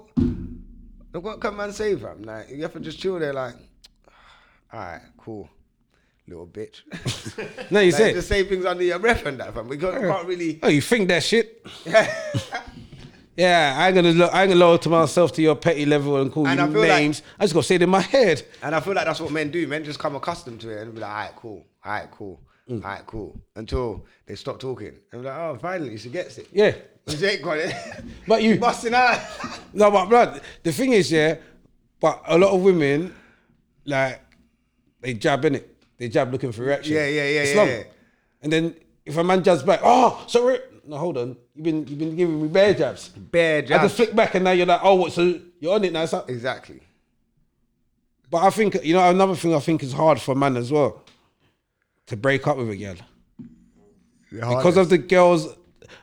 Look what can man say, fam? Like you have to just chill there, like, all right, cool, little bitch.
No, you
like,
say.
just say things under your breath and that, fam. We can't, we can't really.
Oh, you think that shit? yeah, I'm gonna lo- I'm gonna lower to myself to your petty level and call
And I
you
feel like-
names. I just gotta say it in my head.
And I feel like that's what men do. Men just come accustomed to it and be like, all right, cool, all right, cool,
Mm.
all right, cool, until they stop talking and be like, oh, finally she gets it.
Yeah.
Jake got it.
But you-
busting out.
No, but blood. The thing is, yeah, but a lot of women, like, they jab in it. They jab looking for reaction.
Yeah, yeah, yeah,
It's
yeah,
long.
yeah.
And then if a man jabs back, oh, sorry. No, hold on. You've been you've been giving me bear jabs.
Bear
I just flick back and now you're like, oh, what? So you're on it now. It's like,
Exactly.
But I think you know another thing I think is hard for a man as well to break up with a girl because of the girls,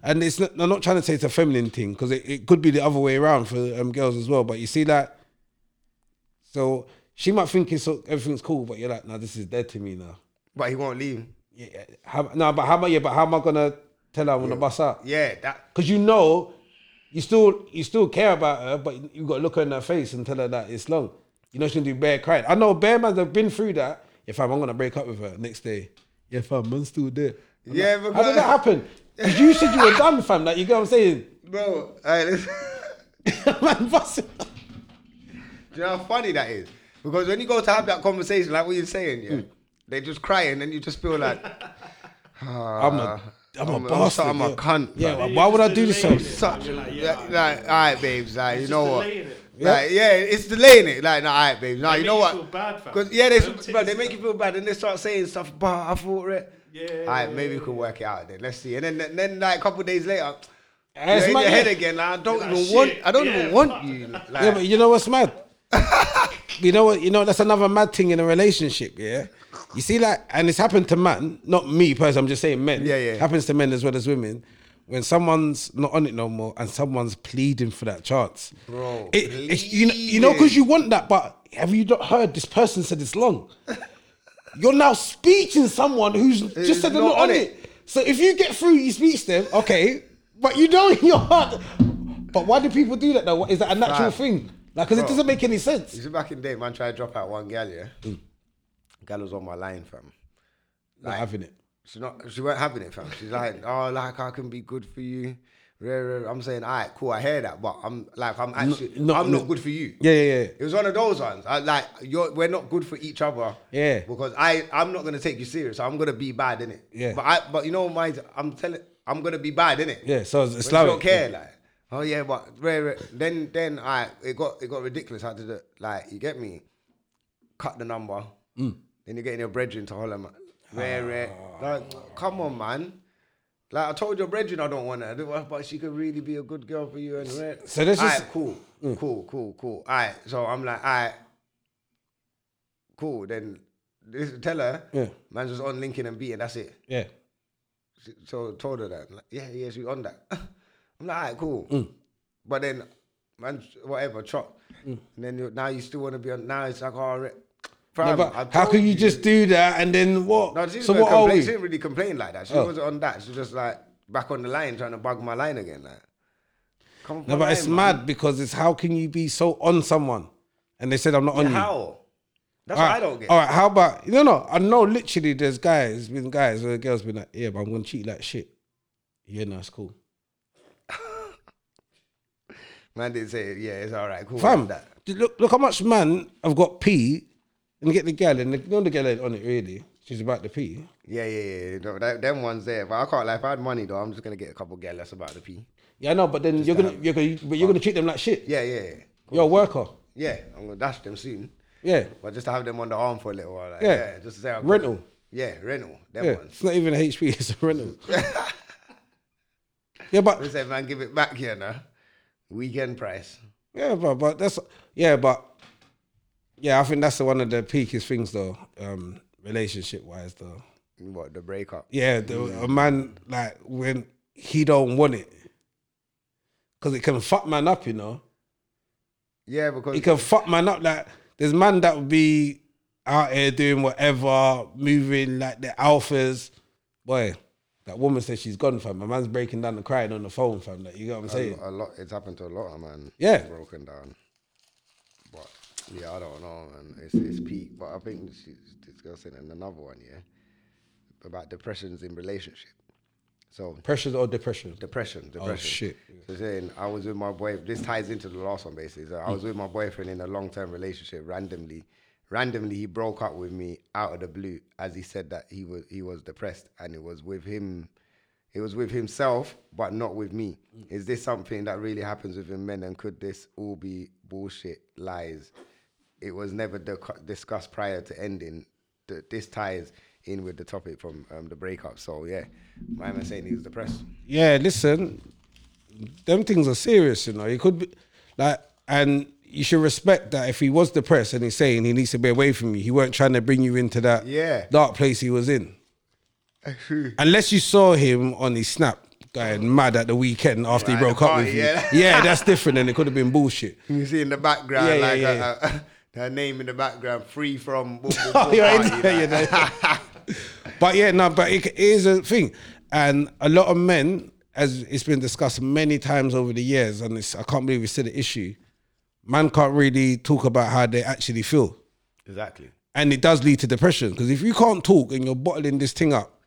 and it's not, I'm not trying to say it's a feminine thing because it, it could be the other way around for um, girls as well. But you see that, so she might think it's so, everything's cool, but you're like, no, this is dead to me now.
But he won't leave.
Yeah, how, no, but how am I? Yeah, but how am I gonna tell her I'm gonna bust out?
Yeah, that.
Because you know, you still you still care about her, but you got to look her in her face and tell her that it's long. You know she's gonna do bear crying. I know bear man have been through that. Yeah, fam, I'm gonna break up with her next day. Yeah, fam, man's still there. I'm
Yeah,
like, how
because-
did that happen? 'Cause you said you were done, fam. Like you get what I'm saying?
Bro, alright, listen.
man, busting.
do you know how funny that is? Because when you go to have that conversation, like what you're saying, yeah, they just cry and then you just feel like,
Mm.
"Ah,
I'm a I'm,
I'm
a
a-
bastard.
I'm a
yeah.
cunt, man.
Yeah, but why would I do this? to her?
You're
such.
like,
Like,
yeah,
like, all right, babes, like, you
just
know what?
delaying it.
Like, yeah, it's delaying it. Like, nah, all right, babes. Nah,
They
you
make
know
you
what?
feel bad, fam.
Cause yeah, they,
Don't take
bro,
this
they make you feel bad, and they start saying stuff. But I thought, right?
Yeah,
All right,
yeah,
maybe we could work it out then. Let's see. And then, then, then like a couple days later,
Yeah, it's
you're in
mad,
your head
yeah.
again. Like, I don't
You're like,
even want.
shit,
I don't
yeah,
even want
fuck.
you. Like,
Yeah, but you know what's mad? you know what? You know that's another mad thing in a relationship. Yeah, you see, like, and it's happened to man, not me personally. I'm just saying men.
Yeah, yeah.
Happens to men as well as women. When someone's not on it no more and someone's pleading for that chance,
Bro,
it, it's- you know, you know, because you want that. But have you not heard this person said it's long? You're now speaking someone who's just said they're
not
not on
on
it. So if you get through, you speak them, okay. But you know in your heart. But why do people do that though? Is that a
Fam.
natural thing? Like, because it doesn't make any sense.
You see, back in the day, man, tried to drop out one gal. Yeah,
Hmm.
gal was on my line, fam.
Not having it.
She's not. She weren't having it, fam. She's like, oh, like I can be good for you. rare, rare. I'm saying, all right, cool, I hear that, but I'm like, I'm actually,
no,
I'm
no.
not good for you.
Yeah, yeah, yeah.
It was one of those ones. I, like, you're, we're not good for each other.
Yeah.
Because I, I'm not gonna take you serious. I'm gonna be bad in it.
Yeah.
But I, but you know, my, I'm telling, I'm gonna be bad in it.
Yeah, so
But
it's
you
Islamic.
don't care, like. Oh yeah, but rare, rare. then then I it got it got ridiculous. I did it like you get me, cut the number.
Mm.
Then you're getting your brethren to holler, man.
Ah.
Rare, rare. Like, come on, man. Like I told your brethren, I don't want her, I don't want- but she could really be a good girl for you and rare.
So this is- Mm.
Aight, cool, cool, cool, cool. All right, so I'm like, all right, cool. Then this, tell her,
Yeah.
man's just on linking and beating. That's it.
Yeah.
She- so told her that. I'm like, yeah, yeah, she on that. I'm like, all right, cool.
Mm.
But then, man, whatever, chop.
Mm.
And then you now you still want to be on. Now it's like, all right.
No,
Fam, I
but how
told
can you, just do that and then what?
No, she
so
didn't
what are
complain. She
we?
didn't really complain like that. She
Oh.
wasn't on that. She was just like back on the line trying to bug my line again. Like, come off
No,
my
but it's
line, man.
mad because it's how can you be so on someone and they said I'm not on you.
How? That's
All
what
right,
I don't get.
All right, how about no, no? I know literally there's guys, been guys where the girls been like, yeah, but I'm gonna cheat like shit. Yeah, no, it's cool.
Man didn't say, yeah, it's all right, cool.
Fam,
that.
d- look, look how much man I've got pee and get the girl and the, you know the girl ain't on it really. She's about to pee.
Yeah, yeah, yeah. yeah. No, that, them ones there. But I can't, like, if I had money though, I'm just going to get a couple of that's about the P.
Yeah, I know, but then you're gonna, you're gonna, but you're gonna treat them like shit.
Yeah, yeah, yeah.
You're a worker.
Yeah, I'm gonna dash them soon.
Yeah,
But just to have them on the arm for a little while. Like,
Yeah.
yeah. Just to say I've
Rental.
got- Yeah, rental. Them
yeah.
ones.
It's not even a HP. It's a rental. yeah, but
They say, man, give it back here now. Weekend price.
Yeah, but but that's yeah, but yeah, I think that's the, one of the peakiest things though, um, relationship wise though.
What the breakup?
Yeah, the, a man like when he don't want it, because it can fuck man up, you know.
Yeah, because
It can fuck man up. Like there's man that would be out here doing whatever, moving like the alphas. Boy, that woman says she's gone, fam. My man's breaking down and crying on the phone, fam. Like you get what I'm saying?
a, a lot. It's happened to a lot of man.
Yeah.
broken down. But yeah, I don't know, man. It's it's peak. But I think she's discussing in another one, yeah, about depressions in relationship. So
Pressure or depression?
depression, depression.
shit.
So saying I was with my boy. This ties into the last one basically. So I was with my boyfriend in a long term relationship. Randomly, randomly he broke up with me out of the blue as he said that he was he was depressed and it was with him. It was with himself, but not with me. Is this something that really happens within men, and could this all be bullshit lies? It was never dic- discussed prior to ending. Th- This ties in with the topic from um, the breakup. So yeah, my man saying he was depressed.
yeah, listen, them things are serious, you know. He could be like, and you should respect that if he was depressed and he's saying he needs to be away from you, he weren't trying to bring you into that
Yeah.
dark place he was in. Unless you saw him on his snap going mad at the weekend after he
Right,
broke
the
up with
party,
you.
yeah.
yeah, that's different and it could have been bullshit.
You see in the background,
Yeah, yeah,
like
yeah.
uh, uh, her name in the background, free from. Book, book,
Oh,
book
you're
party,
in there, you
like.
know. but yeah, no, but it, it is a thing, and a lot of men, as it's been discussed many times over the years, and it's, I can't believe it's still an issue. Man can't really talk about how they actually feel,
Exactly.
and it does lead to depression because if you can't talk and you're bottling this thing up,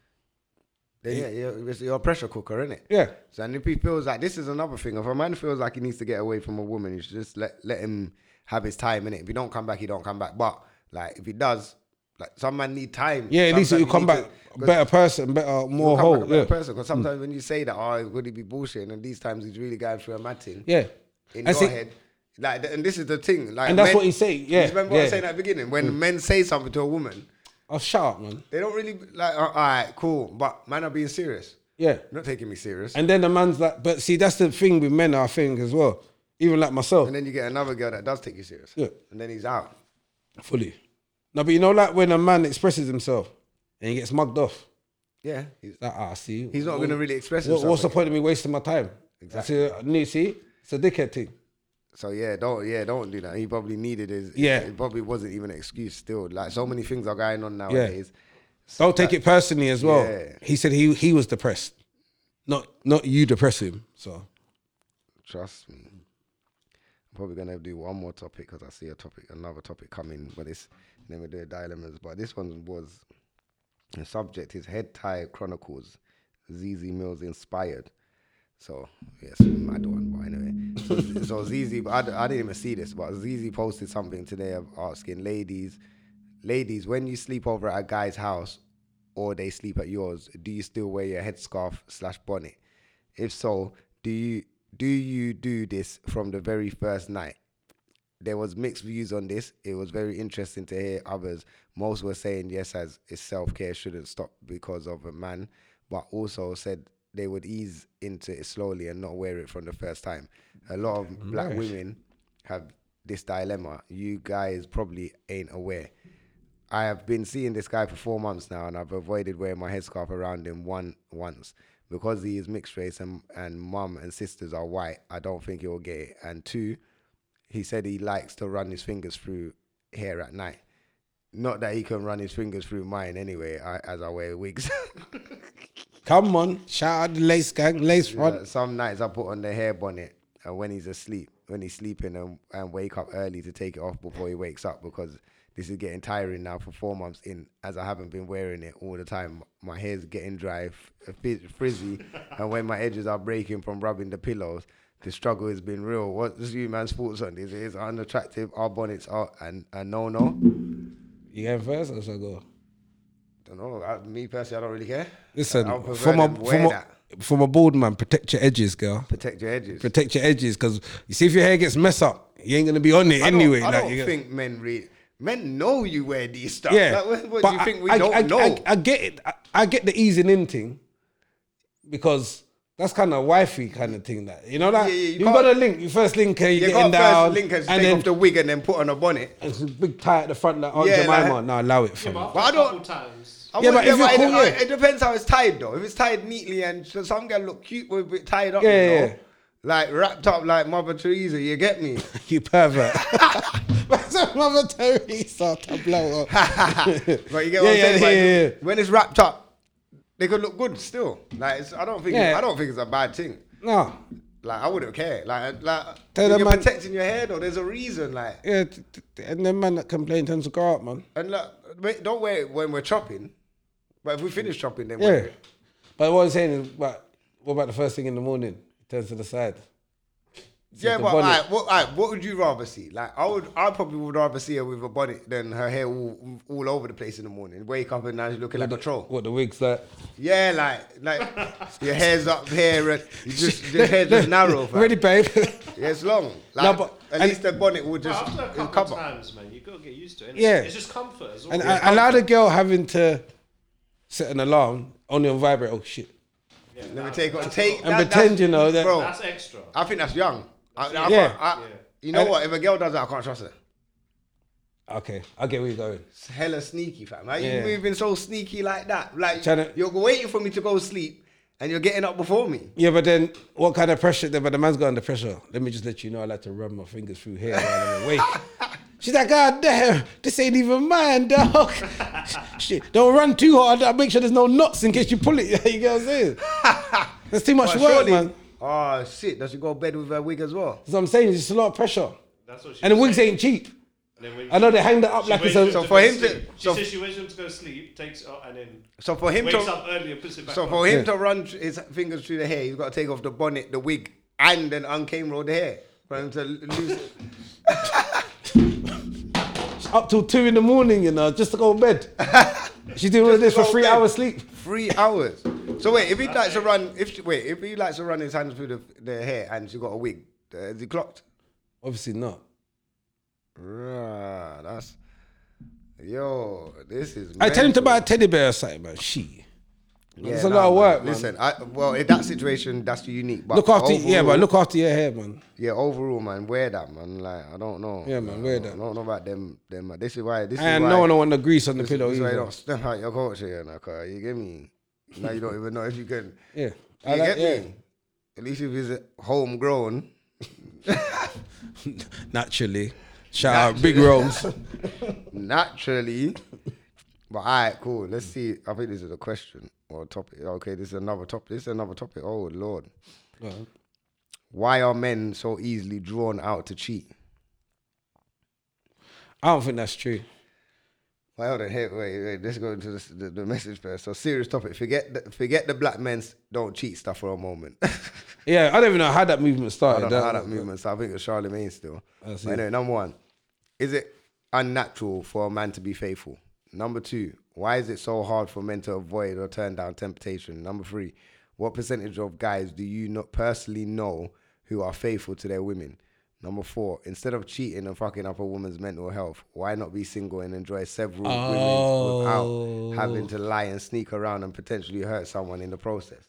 Yeah, yeah, you're, it's your pressure cooker, isn't it?
Yeah.
So and if he feels like this is another thing, if a man feels like he needs to get away from a woman, you should just let let him have his time in it. If he don't come back, he don't come back. But like if he does, like some man need time.
yeah, at least
Sometimes
you
you
come
need
back
to- 'cause
better person, better, more
come
whole.
back a better
yeah. Mm.
person. Because sometimes when you say that, oh, it would be bullshit, and these times he's really going through a mad thing.
yeah,
in
I
your
see-
head. Like, th- and this is the thing. Like,
And that's what he's saying, yeah,
You remember what I
yeah. Mm.
was saying at the beginning? When men say something to a woman,
Oh, shut up, man.
they don't really like. all right, cool, but man are being serious.
Yeah.
You're not taking me serious. And,
And then the man's like, but see, that's the thing with men, I think, as well. Even like myself,
then you get another girl that does take you serious.
Yeah.
And then he's out.
Fully. No, but you know, like when a man expresses himself and he gets mugged off,
Yeah. He's,
like, ah, see.
he's not
what-
going to really express
what-
himself.
What's the point of me wasting my time? Exactly. See, see, it's a dickhead thing.
So yeah, don't yeah, don't do that. He probably needed his.
Yeah.
It probably wasn't even an excuse. Still, like so many things are going on nowadays.
Don't take it personally as well.
Yeah.
He said he he was depressed. Not not you depress him. So
Trust me. I'm probably gonna do one more topic because I see a topic, another topic coming. But this, then we do dilemmas. But this one was the subject is Head Tie Chronicles, ZZ Mills inspired. So yes, mad one. But anyway, so, so Zizi, but I, d- I didn't even see this, but Zizi posted something today of asking ladies, ladies, when you sleep over at a guy's house or they sleep at yours, do you still wear your headscarf slash bonnet? If so, do you do you do this from the very first night? there was mixed views on this. It was very interesting to hear others. Most were saying yes, as is self care shouldn't stop because of a man, but also said they would ease into it slowly and not wear it from the first time. A lot of black women have this dilemma. You guys probably ain't aware. I have been seeing this guy for four months now, and I've avoided wearing my headscarf around him one once because he is mixed race and and mum and sisters are white. I don't think he'll get it. And two, he said he likes to run his fingers through hair at night. Not that he can run his fingers through mine anyway, I, as I wear wigs.
Come on, shout out the lace gang, lace front.
Uh, some nights I put on the hair bonnet and when he's asleep, when he's sleeping and, and wake up early to take it off before he wakes up because this is getting tiring now for four months in as I haven't been wearing it all the time. My hair's getting dry, frizz, frizzy, and when my edges are breaking from rubbing the pillows, the struggle has been real. What's you man's thoughts on this? It is unattractive. Our bonnets are and a no no.
You going first or should I go?
Don't know. I, me personally, I don't really care.
Listen,
I'll prefer
from a
them wear
from a,
that.
from a bald man, protect your edges, girl.
protect your edges.
Protect your edges, because you see if your hair gets messed up, you ain't gonna be on it
I don't-
anyway.
I
like,
don't
you get-
think men read. Men know you wear these stuff.
Yeah.
Like, what what
but
do you
I-
think we
I,
don't
I,
know?
I, I get it. I, I get the easing in thing because that's kind of wifey kind of thing. That you know that
Yeah, yeah, you
you,
can't-
got to link. You first link her, you,
you
get
got
getting down,
first link and,
and
take
then
off the wig and then put on a bonnet.
it's a big tie at the front oh, like Aunt
Yeah,
Jemima.
like-
no, allow it for me.
But
But I
I
don't-
Couple times.
I
Yeah,
wouldn't-
but if
it,
you're cool,
I-
yeah.
it depends how it's tied though. If it's tied neatly and so some girl look cute with it tied up,
Yeah,
you know?
yeah, yeah.
like wrapped up like Mother Teresa. You get me?
You pervert. That's Mother Teresa to blow up.
But you get what I'm saying?
Yeah, yeah,
Like,
yeah, yeah.
When it's wrapped up, they could look good still. Like it's, I don't think
Yeah.
I don't think it's a bad thing.
No.
Like I wouldn't care. Like like
Tell
you're
them, man-
protecting your hair though. There's a reason. Like
Yeah, t- t- and the man that complained tends to go out, man.
And look, wait, don't wear it when we're chopping. But if we finish chopping, then
Yeah.
wear it.
But what I'm saying is, but what about the first thing in the morning? Turns to the side.
Yeah,
the
but
bonnet.
alright, what, alright, what would you rather see? Like, I would, I probably would rather see her with a bonnet than her hair all, all over the place in the morning. Wake up and now she's looking like a troll.
What the wigs like?
Yeah, like, like your hair's up here and you just your hair's just narrow. fam.
Ready, babe?
Yeah, it's long. Like,
No, but-
at
and-
least the bonnet will
But
just
after a
it'll
couple
cover.
times, man, you gotta get used to it. innit?
Yeah.
It's just comfort as well.
and I, allow the girl having to set an alarm only on vibrate. Oh shit!
Let me take on take
And pretend, you know, that-
bro.
That's extra.
I think that's young. I, I can't-
Yeah.
I-
Yeah.
You know what? If a girl does that, I can't trust her.
Okay, I get where you're going.
hella sneaky, fam. Like,
Yeah.
you moving so sneaky like that. Like
Tryna-
you're waiting for me to go sleep, and you're getting up before me.
Yeah, but then what kind of pressure? But the man's got under pressure. Let me just let you know, I like to rub my fingers through hair while I'm awake. She's like, God damn, this ain't even mine, dog. Shit, don't run too hard. I'll make sure there's no knots in case you pull it. you get what I'm saying? That's too much
But
work,
surely-
man.
Oh shit! Does she go to bed with her wig as well?
That's what I'm saying. It's just a lot of pressure,
That's what she
and the
was
wigs
saying.
ain't cheap.
And then when
I know they hang that up
she
like
waits
it's a.
them
So
to
for
go
him to-
sleep. she
so-
says she waits him to go sleep, takes it out, and then
So for him
wakes
to,
up early and puts it back.
so
on.
for him to run th- his fingers through the hair, he's got to take off the bonnet, the wig, and then uncamera the hair for him to lose.
up till two in the morning, you know, just to go to bed. She's doing this
to
for
go
three
bed.
hours sleep.
Three hours. So wait, if he likes to run, if wait, if he likes to run his hands through the, the hair and she got a wig, uh, is he clocked?
Obviously not.
Right, that's yo. This is.
I tell him to
mental.
buy a teddy bear or something, man. She. it's a
nah,
lot of
man.
work, man.
Listen, I, well, in that situation, that's unique. But
Look after, yeah,
overall-
but look after your hair, man.
yeah, overall, man, wear that, man. Like, I don't know.
Yeah, man,
Like,
wear
I don't-
that.
I don't know about them. Them. man. This is why. This
And
is why.
no one want the grease on the
this,
pillow
This is why you
either.
don't step out your culture, you know, 'cause you get me. Now you don't even know if you can.
Yeah,
You
I like,
get
yeah.
me. At least if it's homegrown.
Naturally, shout out Big Rome's.
naturally. But all right, cool. Let's see. I think this is a question or a topic. Okay, this is another topic. This is another topic. Oh lord. Why are men so easily drawn out to cheat?
I don't think that's true.
Why hold on, hey, wait, wait. Let's go into this, the, the message first. So serious topic. Forget the, forget the black men's don't cheat stuff for a moment.
Yeah, I don't even know how that movement
I
started.
don't know how that movement. So I think it's Charlemagne still. But
see.
anyway, number one, is it unnatural for a man to be faithful? Number two, why is it so hard for men to avoid or turn down temptation? Number three, what percentage of guys do you not personally know who are faithful to their women? Number four, instead of cheating and fucking up a woman's mental health, why not be single and enjoy several women without having to lie and sneak around and potentially hurt someone in the process?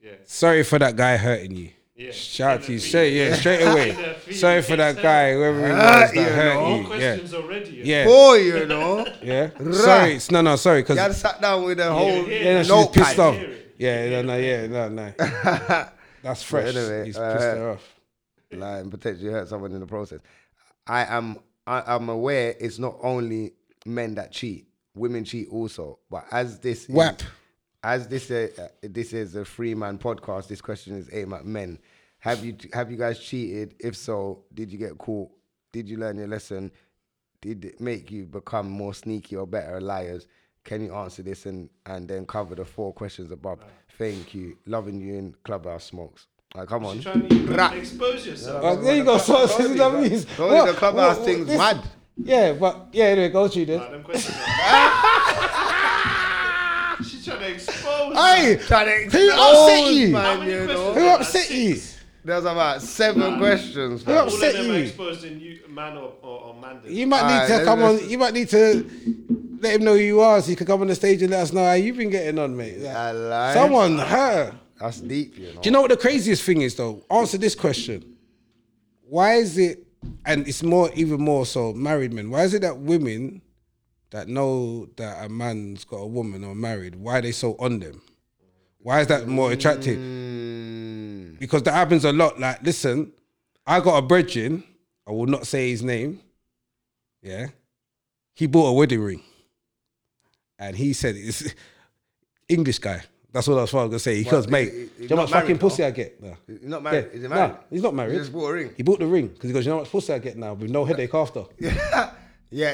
Yeah.
Sorry for that guy hurting you.
Yeah.
Shout out to you
Yeah.
straight, yeah, straight
Yeah.
away. Sorry for that guy, whoever
Uh,
it was that
you know.
hurt
All
you. Yeah,
questions already.
yeah,
Oh, you know.
yeah. Sorry, it's- no, no, sorry, because
You had sat down with a whole
yeah.
yeah, no, she was
notepad.
pissed off.
Hear it.
Yeah, no, no, yeah, no, no. That's fresh.
anyway,
He's pissed
uh,
her off.
like, and potentially hurt someone in the process. I am I am aware it's not only men that cheat, women cheat also. But as this is-
Whap.
as this uh, this is a free man podcast, this question is aimed at men. Have you have you guys cheated? If so, did you get caught? Did you learn your lesson? Did it make you become more sneaky or better liars? Can you answer this and, and then cover the four questions above? Thank you. Loving you in Clubhouse Smokes. Like, come on.
You're trying to
Rah.
expose yourself.
Uh, there you go. So this is what it means.
Told you
What-
the clubhouse
what-
thing's
this-
mad.
Yeah, but yeah, anyway, go through this.
Nah, them questions are- She's trying to expose.
Hey,
Trying
who upset you?
How
Man,
many
you
questions?
know.
Who upset you?
There's about seven questions.
Who
All of
upset
them are
you?
exposed in you, man or, or, or man.
You might need
Alright,
to
let's-
come
let's-
on. You might need to let him know who you are, so you can come on the stage and let us know how you've been getting on, mate. Like,
I lied.
someone, her.
That's deep, you know.
Do you know what the craziest thing is though? Answer this question. Why is it and it's more even more so married men, why is it that women that know that a man's got a woman or married, why are they so on them? Why is that more attractive?
Mm.
Because that happens a lot. Like, listen, I got a brethren, I will not say his name. Yeah. He bought a wedding ring. And he said it's English guy. That's what I was gonna say. Because
is
mate,
he- he's
do you know
not
how much fucking
married, though?
pussy I get? No.
He's not married.
Yeah.
Is he married?
Nah, he's not married.
He just bought a ring.
He bought the ring because he goes, you know how much pussy I get now with no headache after.
Yeah,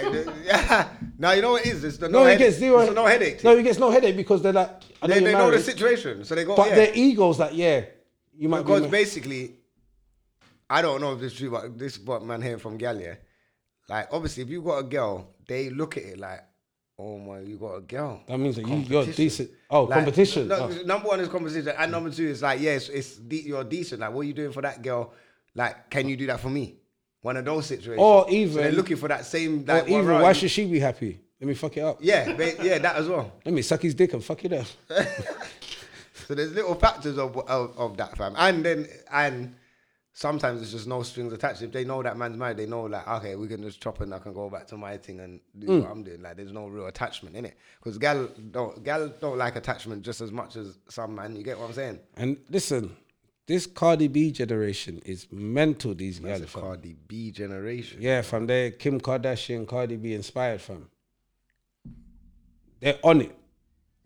th- yeah. Now you know what it is. It's the no,
No, he
headache.
gets zero.
It's the no headache.
No, he gets no headache because they're like, I know
they
you're
they know the
married,
situation, so they go.
but
yeah.
their ego's like, yeah, you might
Because
be. ma-
basically, I don't know if this is true, but this is what man hearing from Gal, yeah. Like, obviously, if you got a girl, they look at it like, oh my, you got a girl.
That means that you, you're
Competition.
decent. Oh,
Like,
competition.
no,
Oh.
Number one is competition, and number two is like, yes, it's de- you're decent. Like, what are you doing for that girl? Like, can you do that for me? One of those situations.
Or
So
even-
they're looking for that same.
Or
Like,
even,
what
why
round-
should she be happy? Let me fuck it up.
Yeah, ba- yeah, that as well.
Let me suck his dick and fuck it up.
So there's little factors of, of of that fam, and then and sometimes it's just no strings attached. If they know that man's married, they know like okay, we can just chop and I can go back to my thing and do
Mm.
what I'm doing. Like there's no real attachment in it because gal don't gal don't like attachment just as much as some man. You get what I'm saying?
And listen, this Cardi B generation is mental. These guys,
It's Cardi B generation.
yeah, from there, Kim Kardashian, Cardi B inspired from. They're on it.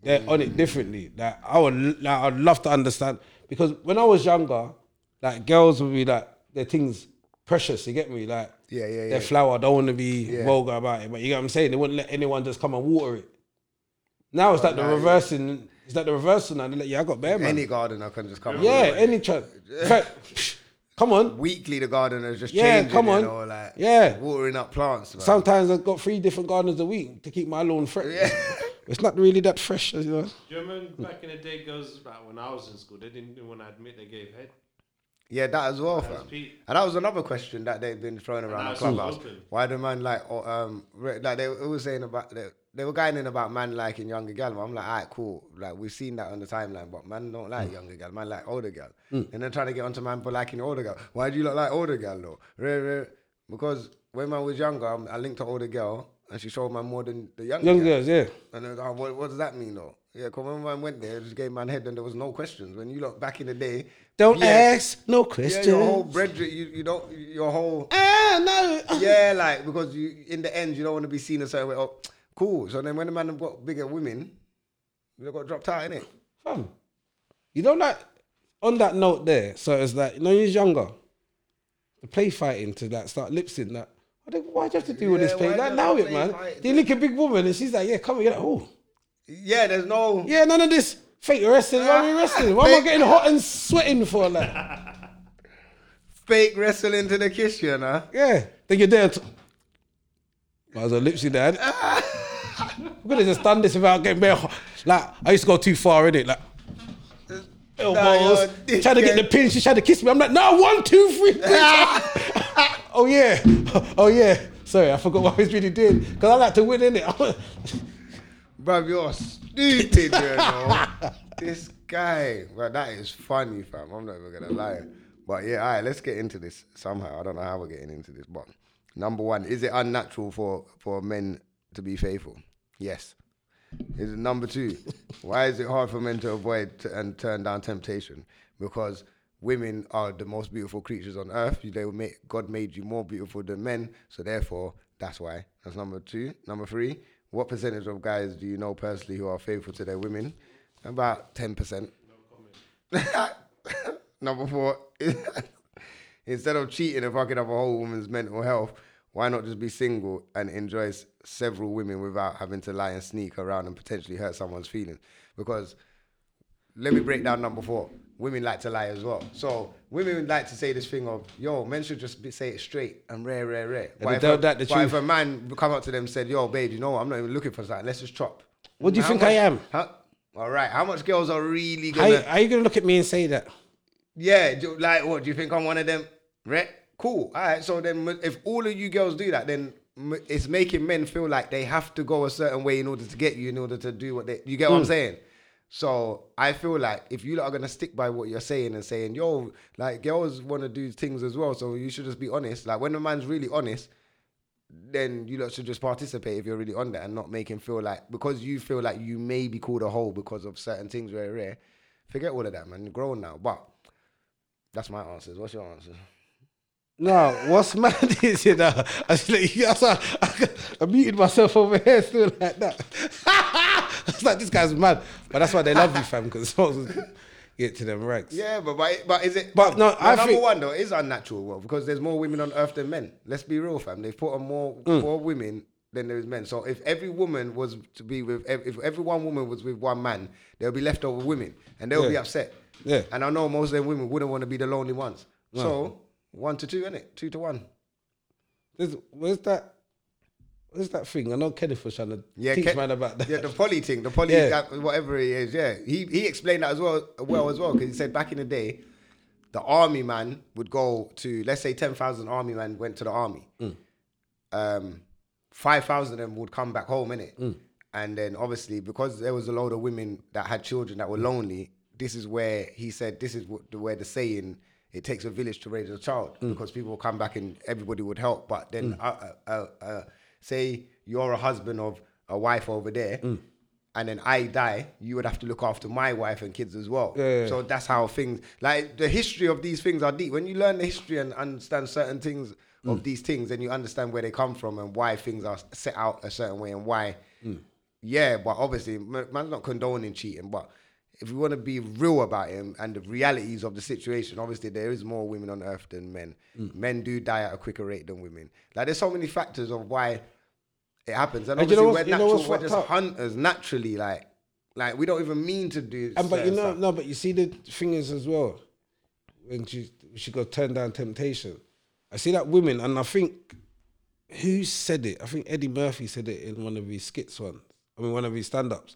They're on it differently. Like I would, like, I'd love to understand because when I was younger, like girls would be like their things precious. You get me? Like
Yeah, yeah, yeah.
Their flower. I don't want to be vulgar about it, but you get what I'm saying. They wouldn't let anyone just come and water it. Now it's like the reversing. It's like the reversing. now. They're like, yeah, I got bare man.
Oh, Any gardener can just come. and
Yeah,
do it.
any chance. In fact, come on.
Weekly, the gardeners just
Yeah,
changing,
come
you
on.
know, like
Yeah.
watering up plants. man.
Sometimes I've got three different gardeners a week to keep my lawn fresh. It's not really that fresh, you know.
German back in the day girls, like when I was in school, they didn't want to admit they gave head.
Yeah, that as well, fam.
Pete.
And that was another question that they've been throwing around
that
the
was
clubhouse.
open.
Why the man like, or, um, re- like they were always saying about they, they were going in about man liking younger gal. but I'm like, alright, cool. Like we've seen that on the timeline, but man don't
Hmm.
like younger gal. Man like older gal. And then trying to get onto man for liking older gal. Why do you look like older gal though? Re- re- Because when I was younger, I'm- I linked to older girl, and she showed man more than the younger.
Young
gal.
girls, yeah.
And I was, oh, what, what does that mean though? Yeah, because when man went there, it just gave man head, and there was no questions. When you look back in the day,
Don't
yeah,
ask no
yeah,
questions.
your whole brethren, you, you don't, your whole,
ah, no.
yeah, like, because you, in the end, you don't want to be seen a certain way. Oh, cool. So then when the man have got bigger women, they got dropped out, innit?
Fam, you don't like. On that note, there. So it's like, you know, you're younger. The play fighting to like start lip sync that. Why do why'd you have to do all this
Yeah,
play?
why
Like
do
now
you
it, man.
play fight?
They look a big woman and she's like, yeah, come on. You're like, oh,
Yeah, there's no,
yeah, none of this. Fake wrestling, why are we wrestling? Why am I getting hot and sweating for like?
Fake wrestling to the kiss, you know.
Yeah. Then you're there. To... I was a lipsy dad. We could have just done this without getting bare hot. Like, I used to go too far in it. Like,
Oh,
elbows,
you're a
trying to get the
dickhead.
pin. She tried to kiss me. I'm like, no, one, two, three. pinch." oh, yeah. Oh, yeah. Sorry, I forgot what I was really doing. Because I like to win, innit?
Bruv, you're stupid, you know. this guy, bro, that is funny, fam. I'm not even gonna lie. But yeah, all right, let's get into this somehow. I don't know how we're getting into this, but number one, is it unnatural for for men to be faithful? Yes. Is it number two? Why is it hard for men to avoid t- and turn down temptation? Because women are the most beautiful creatures on earth. You- They were made, God made you more beautiful than men, so therefore that's why. That's number two. Number three. What percentage of guys do you know personally who are faithful to their women? About ten percent. Number four, instead of cheating and fucking up a whole woman's mental health, why not just be single and enjoy s- several women without having to lie and sneak around and potentially hurt someone's feelings? Because let me break down number four. Women like to lie as well. So women like to say this thing of, yo, men should just be, say it straight and rare, rare, rare. But,
they
if
tell
a,
that the
but
truth.
if a man come up to them and said, yo, babe, you know what? I'm not even looking for that. Let's just chop.
What do you
How
think
much-
I am?
How, all right. How much girls are really
How,
gonna?
you- how you going to look at me and say that?
Yeah, do, like what? Do you think I'm one of them? Right? Cool. All right. So then, m- if all of you girls do that, then m- it's making men feel like they have to go a certain way in order to get you, in order to do what they. You get what I'm saying? So I feel like if you lot are gonna stick by what you're saying and saying, yo, like girls want to do things as well, so you should just be honest. Like when a man's really honest, then you lot should just participate if you're really on that and not make him feel like because you feel like you may be called a hoe because of certain things very rare. Forget all of that, man. You're grown now, but. That's my answers. What's your answer?
No, what's mad is you know, I, was like, yeah, so I, I muted myself over here still like that. I was like, this guy's mad, but that's why they love you, fam, because get to them rags.
Yeah, but but, but is it?
But no, I
number
think-
one though it is unnatural well, because there's more women on earth than men. Let's be real, fam. They've put on more more women than there is men. So if every woman was to be with, ev- if every one woman was with one man, there'll be leftover women, and they'll
Yeah.
be upset.
Yeah.
And I know most of them women wouldn't want to be the lonely ones. So one to two, innit? Two to one.
There's, where's that? Where's that thing? I know Kenneth was trying to
Yeah,
teach
Ke-
man about that.
Yeah, the poly thing, the poly,
Yeah.
that- whatever it is. Yeah, he he explained that as well, well as well, because he said back in the day, the army man would go to let's say ten thousand army men went to the army,
Mm.
um, five thousand of them would come back home in
Mm.
it, and then obviously because there was a load of women that had children that were
Mm.
lonely, this is where he said this is what, where the saying. It takes a village to raise a child
Mm.
because people will come back and everybody would help. But then, uh, uh, uh, uh, say you're a husband of a wife over there,
Mm.
and then I die, you would have to look after my wife and kids as well.
Yeah, yeah.
So that's how things like the history of these things are deep. When you learn the history and understand certain things
Mm.
of these things, then you understand where they come from and why things are set out a certain way and why.
Mm.
Yeah, but obviously, ma- man's not condoning cheating, but. If we want to be real about him and the realities of the situation, obviously there is more women on earth than men.
Mm.
Men do die at a quicker rate than women. Like there's so many factors of why it happens, and,
And you
obviously
know
we're
what's- you know
natural.
what's
We're
fucked
just
up?
hunters naturally, like, like we don't even mean to do.
and but you
certain
know,
stuff.
no, but you see the thing is as well. When she she got turned down temptation, I see that women, and I think who said it? I think Eddie Murphy said it in one of his skits once. I mean, one of his stand ups.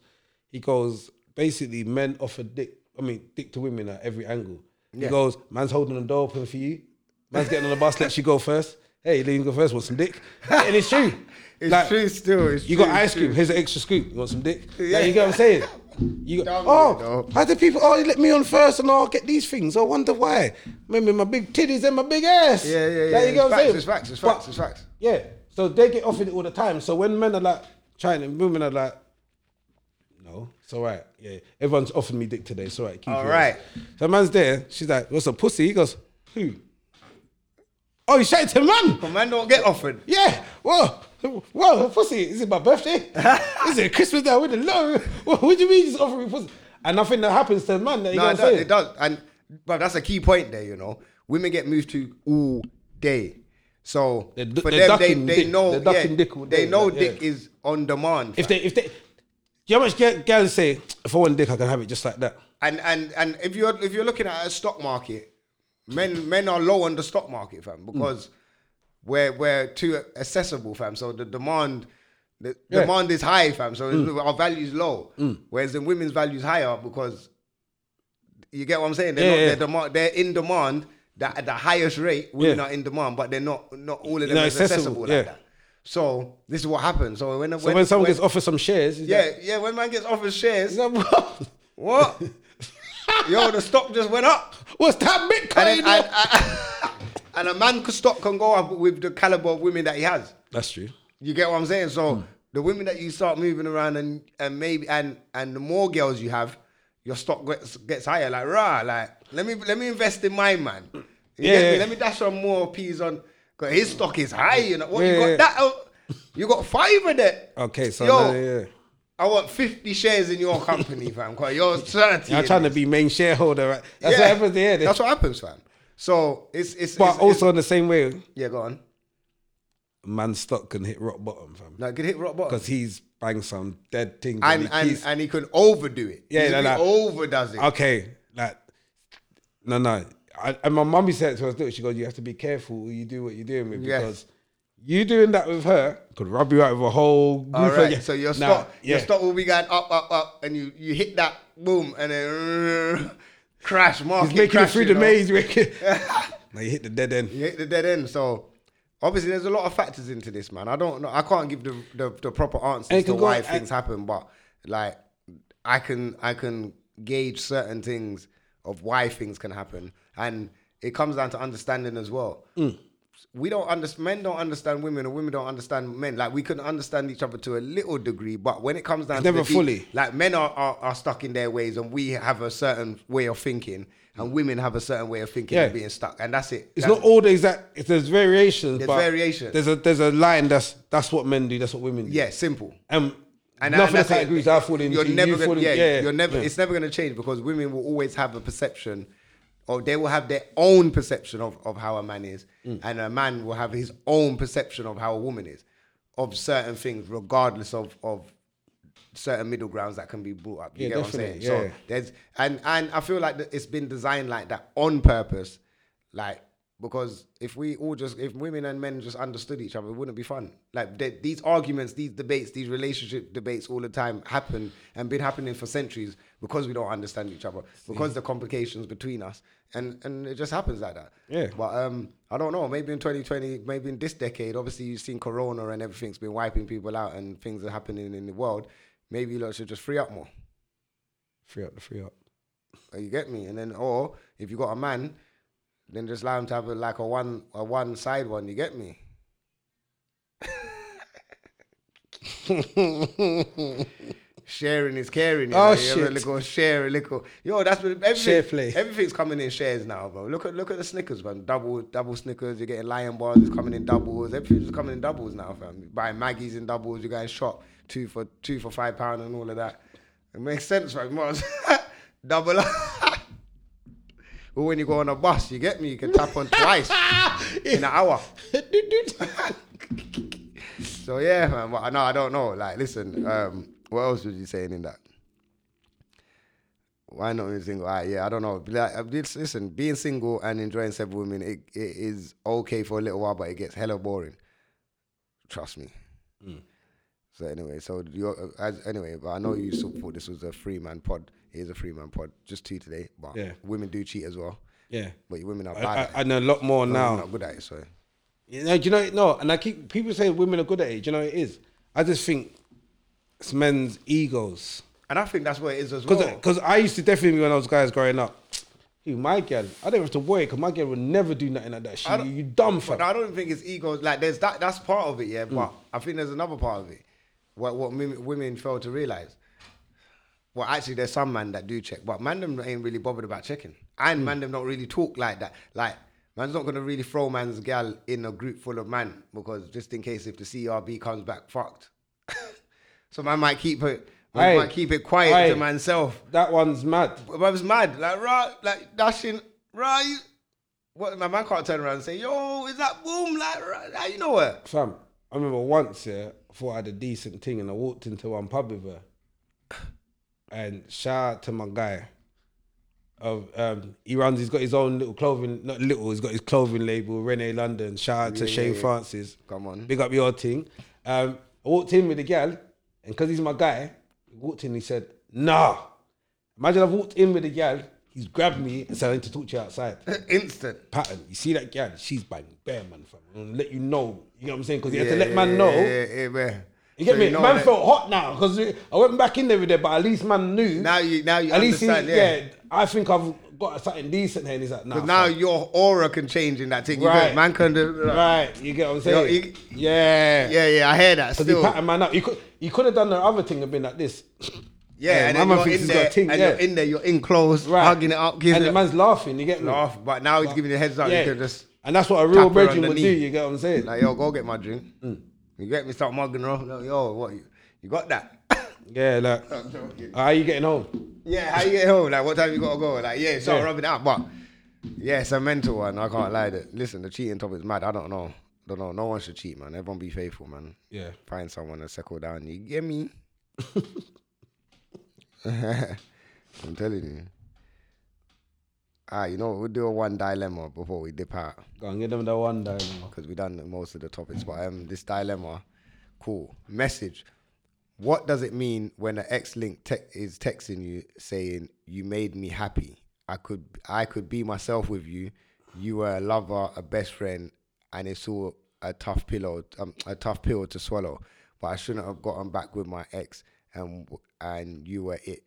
He goes, basically, men offer dick, I mean, dick to women at every angle. He
Yeah.
goes, man's holding the door open for you. Man's getting on the bus, let you go first. Hey, let you go first, want some dick? And it's true.
it's
Like,
true. Still, it's
You
true,
got
it's
ice cream.
true.
Here's an extra scoop. You want some dick?
Yeah.
Like, you get what I'm saying? You go,
Dumb, you
oh,
know.
how do people? Oh, they let me on first, and I'll get these things. I wonder why. Maybe my big titties and my big ass.
Yeah, yeah, yeah.
Like, you
it's
get what I'm
facts,
saying?
It's facts. It's
But-
facts. It's facts.
yeah. So they get offered it all the time. So when men are like trying and women are like, no, it's all right. Yeah. Everyone's offering me dick today. It's all right. Keep
All
yours.
right.
So man's there. She's like, what's a pussy? He goes, who? Oh, you shouted to man.
But man don't get offered.
Yeah. Whoa. Whoa, a pussy. Is it my birthday? Is it Christmas that I wouldn't know? What, what do you mean he's offering me pussy? And nothing that happens to a man. That you
No,
know
it
what
does,
I'm saying?
it does. And but that's a key point there. You know, women get moved to all day. So
They're du-
for
they're
them, they,
ducking
they
dick.
know.
They're ducking
yeah,
dick all
they
day,
know
like, yeah.
dick is on demand.
If
fam.
they, if they, you know how much ga- gals say, if I want dick, I can have it just like that.
And and and if you're if you're looking at a stock market, men men are low on the stock market,
Hmm.
fam, because we're we're too accessible, fam. So the demand the
Yeah. Hmm.
demand is high, fam. So our value is low, whereas in women's value is higher because you get what I'm saying. They're
Yeah,
not
yeah.
they're demand they're in demand that at the highest rate. Women
Yeah.
are in demand, but they're not not all of
They're
them
not
is accessible,
accessible,
like
yeah.
that. So this is what happens. So when
So when, someone gets offered some shares, he's
yeah
like,
yeah when man gets offered shares,
he's like,
what? Yo, the stock just went up.
what's that
And,
Bitcoin?
then, and, and a man could stock can go up with the caliber of women that he has.
That's true.
You get what I'm saying?
Hmm.
So the women that you start moving around and and maybe and and the more girls you have, your stock gets gets higher. Like rah, like let me let me invest in my man. You
Yeah,
get me?
yeah.
Let me dash some more peas on. Cause his stock is high. You know what?
Yeah,
you got
yeah.
that? out- you got five of that.
Okay, so
Yo.
no, yeah.
I want fifty shares in your company, fam. Cause you're trying
I'm trying to be main shareholder. Right? That's
yeah.
what happens there.
That's what happens, fam. So it's it's.
but
it's-
also in the same way,
it's- yeah, go on.
man's stock can hit rock bottom, fam,
Like, could hit rock bottom.
because he's banged some dead things.
And
he
and
keeps-
and he could overdo it.
Yeah,
he
no, no.
overdoes it.
okay, like, no, no. I, and my mummy said to us, look, she goes, you have to be careful what you do what you're doing with
Yes.
because you doing that with her could rub you out with a whole group
All
of-
right.
yeah.
So your
Nah,
stock, your
yeah.
stock will be going up, up, up, and you you hit that boom, and then crash market.
He's making it
crash,
through
you
the
know.
maze. wicked. now you hit the dead end.
You hit the dead end. So obviously, there's a lot of factors into this, man. I don't know. I can't give the the, the proper
And
answers
it
to
can go-
why
and-
things happen, but like I can I can gauge certain things of why things can happen, and it comes down to understanding as well.
Mm.
We don't understand. Men don't understand women, and women don't understand men. Like we can understand each other to a little degree, but when it comes down, to
never
the deep-
fully.
like men are, are are stuck in their ways, and we have a certain way of thinking, and women have a certain way of thinking
Yeah.
and being stuck, and that's it.
It's
That's
not all the exact. if There's variations.
There's
but
variations.
There's a there's a line that's that's what men do. That's what women do.
Yeah, simple.
Um,
And
and nothing
and
that
that's it.
agrees. I fall into.
You're never
you fall
gonna,
in-
yeah,
yeah.
You're never.
yeah.
It's never gonna change because women will always have a perception, or they will have their own perception of, of how a man is,
Mm.
and a man will have his own perception of how a woman is, of certain things, regardless of of certain middle grounds that can be brought up. You
Yeah,
get what I'm saying?
definitely, yeah.
So there's and and I feel like that it's been designed like that on purpose, like because if we all just if women and men just understood each other, it wouldn't be fun. Like th- these arguments, these debates, these relationship debates all the time happen and been happening for centuries because we don't understand each other because the complications between us and and it just happens like that.
Yeah.
But um, I don't know. Maybe in 2020, maybe in this decade, obviously you've seen Corona and everything's been wiping people out and things are happening in the world. Maybe you lot should just free up more.
Free up, free up.
You get me? And then, or if you got a man, then just allow him to have a, like a one a one side one. You get me? Sharing is caring. You
Oh,
know? You have a
shit.
little share, a little. Yo, that's what everything,
Share play.
Everything's coming in shares now, bro. Look at look at the Snickers, man. Double double Snickers. You're getting Lion bars. It's coming in doubles. Everything's coming in doubles now, fam. You're buying Maggie's in doubles. You're going shop two for two for five pound and all of that. It makes sense, fam. You might as well double up. But when you go on a bus, you get me. You can tap on twice in an hour. so yeah, man. But no, I don't know. Like, listen. Um, what else was you saying in that? Why not being single? Alright, yeah, I don't know. Like, uh, just listen, being single and enjoying several women, it, it is okay for a little while, but it gets hella boring. Trust me.
Hmm.
So anyway, so you're, uh, as anyway, but I know you sort of thought this was a free man pod. It is a free man pod, just two today. But
Yeah.
women do cheat as well.
Yeah.
But you women are
I,
bad.
I,
at it.
I know a lot more
Women are
now.
not good at it. So
You know, do you know, no, and I keep people say women are good at it. Do you know what it is? I just think it's men's egos.
and I think that's what it is as well.
Because uh, I used to definitely when I was guys growing up. Dude, my girl, I don't have to worry because my girl would never do nothing like that. She,
I don't-
you dumb
But
fuck.
I don't think it's egos. Like there's that. That's part of it, yeah. But I think there's another part of it. What what women, women fail to realize. Well, actually, there's some man that do check, but man them ain't really bothered about checking, and man them not really talk like that. Like man's not gonna really throw man's gal in a group full of man because just in case if the CRB comes back fucked, so man might keep it. Man
Aye.
might keep it quiet to
Aye.
manself.
That one's mad.
But I was mad, like right, like dashing, right. you- What my man can't turn around and say, "Yo, is that boom?" Like, right, like, you know what?
Fam, I remember once, yeah, I thought I had a decent thing and I walked into one pub with her. And shout out to my guy. Of um, he runs. He's got his own little clothing. Not little. He's got his clothing label, Rene London. Shout out to Shane
yeah.
Francis.
Come on.
big up your thing. Um, I walked in with the gal, and because he's my guy, he walked in. He said, "Nah." Imagine I've walked in with the gal. He's grabbed me and said, "I need to talk to you outside."
Instant.
pattern. You see that gal, she's buying bare man, fam. I'm gonna let you know. You know what I'm saying? Because you have to
Yeah,
let
yeah,
man
yeah,
know.
Yeah, yeah, yeah.
You get
So
me?
know
man
that-
felt hot now because I went back in there with it, but at least man knew.
Now you- now you
at least he-
understand, yeah.
I think I've got something decent here. And he's like, nah.
'Cause now
fam.
your aura can change in that thing. You
Right.
can, man can do.
right, you get what I'm saying?
you-
yeah.
Yeah, yeah, I hear that.
Because he
Still,
patterned man up. He could, he could have done the other thing and been like this.
yeah,
Yeah,
and then
my man
you're
thinks
in
he's got
there,
a ting,
and
yeah.
you're in there, you're in close,
Right.
hugging it up, giving
and
it
the
a
man's laughing, you get me?
laugh. But now he's giving you the heads up. You
Yeah.
can just
And that's what a
tap her
real
on
virgin
the
would
knee.
do, you get what I'm saying?
like, yo, go get my drink.
Mm.
You get me? Start mugging her. off. No, Yo, what? You, you got that?
yeah, like, how are you getting home?
yeah. How you get home? Like, what time you gotta go? Like, yeah, start
Yeah.
rubbing it out. But yeah, it's a mental one. I can't lie. That listen, the cheating topic's mad. I don't know. Don't know. No one should cheat, man. Everyone be faithful, man.
Yeah.
Find someone and settle down. You get me? I'm telling you. Ah, you know what? We'll do a one dilemma before we dip out
Go and give them the one diamond.
because we done most of the topics. But um, this dilemma, cool message. What does it mean when an ex-link te- is texting you saying you made me happy? I could I could be myself with you. You were a lover, a best friend, and it's all a tough pillow, um, a tough pill to swallow. But I shouldn't have gotten back with my ex, and and you were it.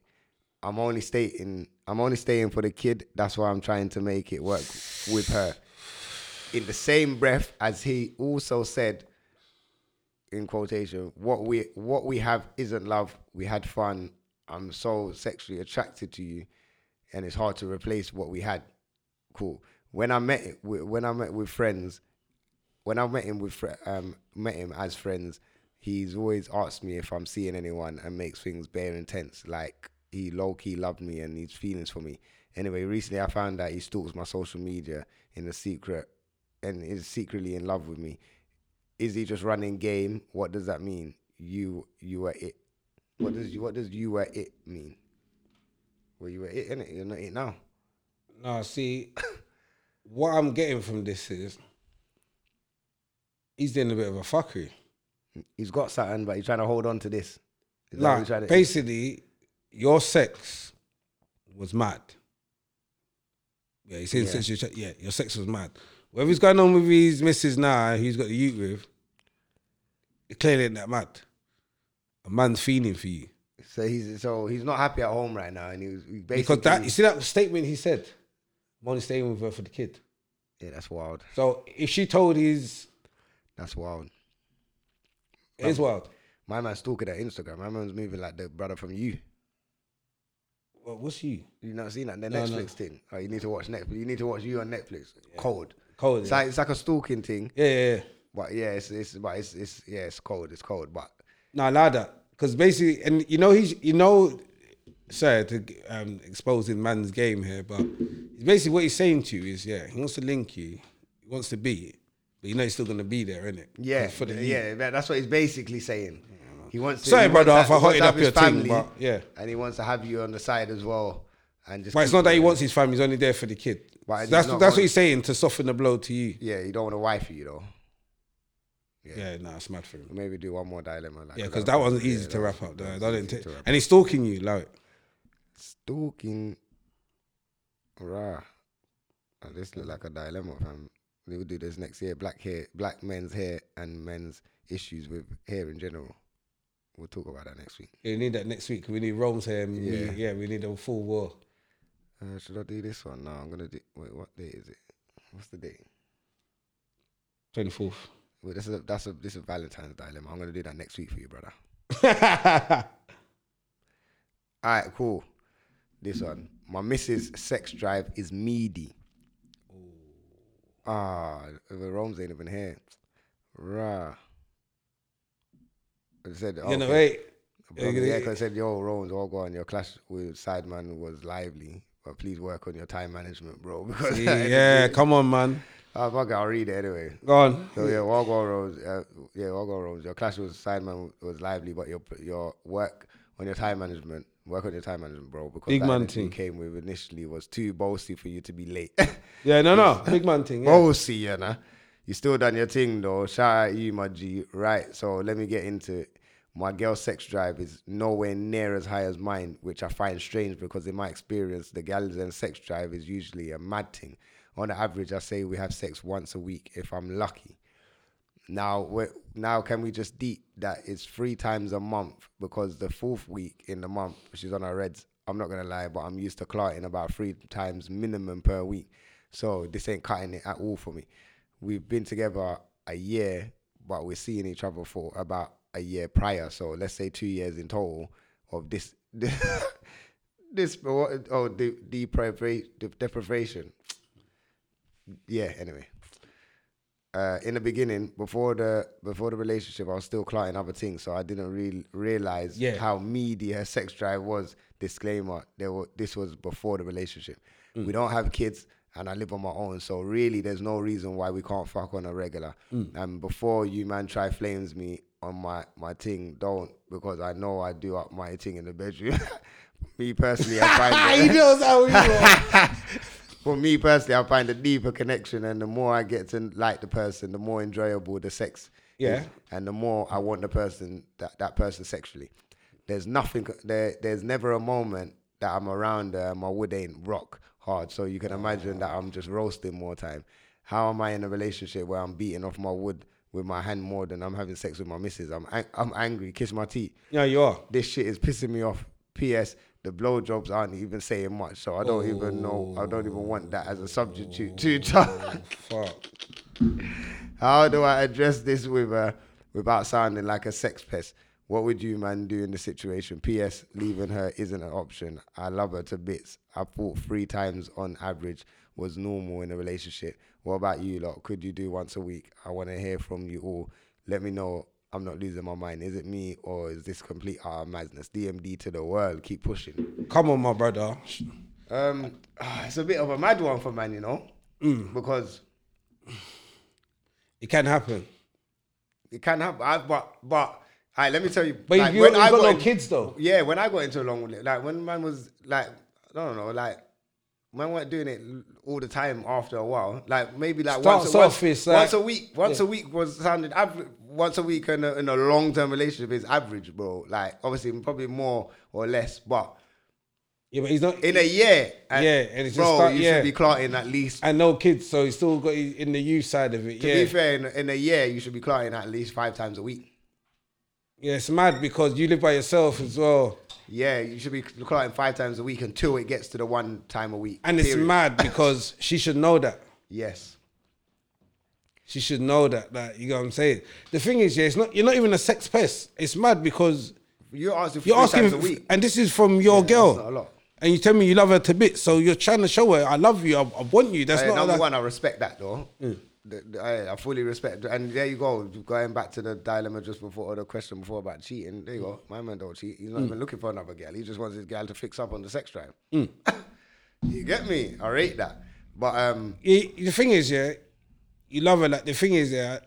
I'm only stating I'm only staying for the kid. That's why I'm trying to make it work with her in the same breath as he also said in quotation what we what we have isn't love we had fun i'm so sexually attracted to you and it's hard to replace what we had cool when i met wi- when i met with friends when i met him with fri- um met him as friends he's always asked me if i'm seeing anyone and makes things bare intense like he low-key loved me and his feelings for me anyway recently i found out he stalks my social media in a secret and is secretly in love with me. Is he just running game? What does that mean? You you were it. What does you what does you were it mean? Well, you were it, innit? You're not it now.
No, see, what I'm getting from this is he's doing a bit of a fuckery.
He's got something, but he's trying to hold on to this. Is that what he's
Like,
trying to-
basically, your sex was mad. Yeah, he's saying
Yeah.
sex. you- Yeah, your sex was mad. Whatever's going on with his missus now, who's got the youth with, it clearly ain't that mad. A man's feeling for you
so he's so he's not happy at home right now, and he was he basically
because that you see that statement he said, "I'm only staying with her for the kid."
yeah, that's wild.
So if she told his
That's wild.
his world,
My man's stalking at Instagram. My man's moving like the brother from you.
well, what's she?
You not seen that the
No,
Netflix
no.
thing? Oh, you need to watch Netflix. You need to watch you on Netflix. Cold.
Cold,
It's
yeah.
like it's like a stalking thing.
Yeah, yeah. yeah.
But yeah, it's it's but it's it's yeah, it's cold. It's cold. But
No, Lada. Because basically, and you know, he's, you know, sorry to um, exposing man's game here, but basically what he's saying to you is, yeah, he wants to link you, he wants to be it, but you know he's still going to be there, innit?
yeah,
For the
yeah, that- that's what he's basically saying. He wants. To,
Sorry,
he wants
brother,
to-
if I
he wants
hotted
to have
up your
his
thing, but, yeah.
and he wants to have you on the side as well, and just.
But it's
keep-
not that he wants his family, he's only there for the kid.
But
So
he's
that's
not
that's what
on-
he's saying to soften the blow to you.
Yeah, you don't want a wife, you though.
Yeah, no, it's mad for him.
Maybe do one more dilemma. Like
Yeah,
I
because
don't know.
that wasn't
Yeah,
easy
that
to
was-
wrap up.
that
though.
was
That didn't
easy
take-
to wrap
and he's stalking you, like,
Stalking. Rah. Oh, this look like a dilemma, fam. We will do this next year. Black hair, black men's hair, and men's issues with hair in general. We'll talk about that next week.
we need that next week. We need Rome's here. and we-
Yeah.
yeah, we need a full war.
Uh, should I do this one? No, I'm gonna do. Wait, what day is it? What's the date?
24th.
Well, this is a, that's a this is Valentine's dilemma. I'm gonna do that next week for you, brother. All right, cool. This one, my missus' sex drive is meaty. Ah, the Rome's ain't even here. Rah. I said,
You know,
Oh, okay.
wait.
Bro,
You're
yeah,
gonna-
'cause I said, yo, Rowan's all gone. Your clash with Sideman was lively. But please work on your time management, bro. Because
yeah, come on, man.
Oh, fuck it, I'll read it anyway.
Go on.
So yeah, Walgo Rose. Uh, yeah, Walgo Rose. Your clash with Sideman was lively, but your your work on your time management. Work on your time management, bro. Because
Big
that
man
energy
thing.
you came with initially was too bossy for you to be late.
Yeah, no, no, big man thing. Yeah.
bossy, you know. You still done your thing though. Shout out you, my G. Right, so let me get into it. My girl's sex drive is nowhere near as high as mine, which I find strange because in my experience, the girl's and sex drive is usually a mad thing. On average, I say we have sex once a week if I'm lucky. Now, we now can we just deep that it's three times a month because the fourth week in the month she's on her reds. I'm not gonna lie, but I'm used to clotting about three times minimum per week, so this ain't cutting it at all for me. We've been together a year, but we're seeing each other for about a year prior, so let's say two years in total of this. this oh the deprivation, deprivation. Yeah. Anyway uh, in the beginning, before the before the relationship, I was still clotting other things, so I didn't re- realize
Yeah.
how meaty her sex drive was. Disclaimer: there were, this was before the relationship.
Mm.
We don't have kids, and I live on my own, so really, there's no reason why we can't fuck on a regular.
Mm.
And before you man try flames me on my my thing, don't because I know I do up my thing in the bedroom. me personally, I find
He
that-
knows how he rolls.
for me personally, I find a deeper connection, and the more I get to like the person, the more enjoyable the sex.
Yeah.
is, and the more I want the person that that person sexually. There's nothing. There, there's never a moment that I'm around her. and My wood ain't rock hard, so you can imagine that I'm just roasting more time. How am I in a relationship where I'm beating off my wood with my hand more than I'm having sex with my missus? I'm ang- I'm angry. Kiss my teeth
Yeah, you are.
this shit is pissing me off. P.S. The blowjobs aren't even saying much, so I don't even know. I don't even want that as a substitute to Chuck.
Fuck.
How do I address this with uh, without sounding like a sex pest? What would you man do in the situation? P.S. Leaving her isn't an option. I love her to bits. I thought three times on average was normal in a relationship. What about you lot? Could you do once a week? I want to hear from you all. Let me know. I'm not losing my mind. Is it me or is this complete uh, madness? DMD to the world. Keep pushing.
Come on, my brother.
Um, ah, it's a bit of a mad one for man, you know, Mm. because
It can happen.
It can happen. I, but but I let me tell you.
But
like,
you,
when
you
I
got, no
in-
kids though.
Yeah, when I got into a long with it, like when man was like I don't know, like man weren't doing it l- all the time after a while. Like maybe like
Starts
once, a- once,
off, it's
once
like-
a week. Once a week was sounded average. Once a week in a, in a long term relationship is average, bro. Like obviously probably more or less, but
Yeah, but he's not.
in a year, and
Yeah, and it's
bro,
just start-
you
yeah.
should be clotting at least.
and no kids, so he's still got he's in the youth side of it.
To
yeah,
be fair, in, in a year you should be clotting at least five times a week.
yeah, it's mad because you live by yourself as well,
Yeah, you should be clotting five times a week until it gets to the one time a week.
and it's
period.
mad because she should know that.
Yes.
She should know that. That you know what I'm saying. The thing is, yeah, it's not. You're not even a sex pest. It's mad because
You're asking for
you're
three
asking,
times a week.
and this is from your girl.
that's not a lot.
And you tell me you love her to bits, so you're trying to show her I love you, I, I want you. That's
Uh,
not
number
like,
one, I respect that though. The- the- I, I fully respect, and there you go. Going back to the dilemma just before, or the question before about cheating. There you go.
Mm.
My man don't cheat. He's not even looking for another girl. He just wants his girl to fix up on the sex drive.
Mm.
you get me? I rate that. But um,
Y- the thing is, yeah, you love her. Like the thing is, yeah,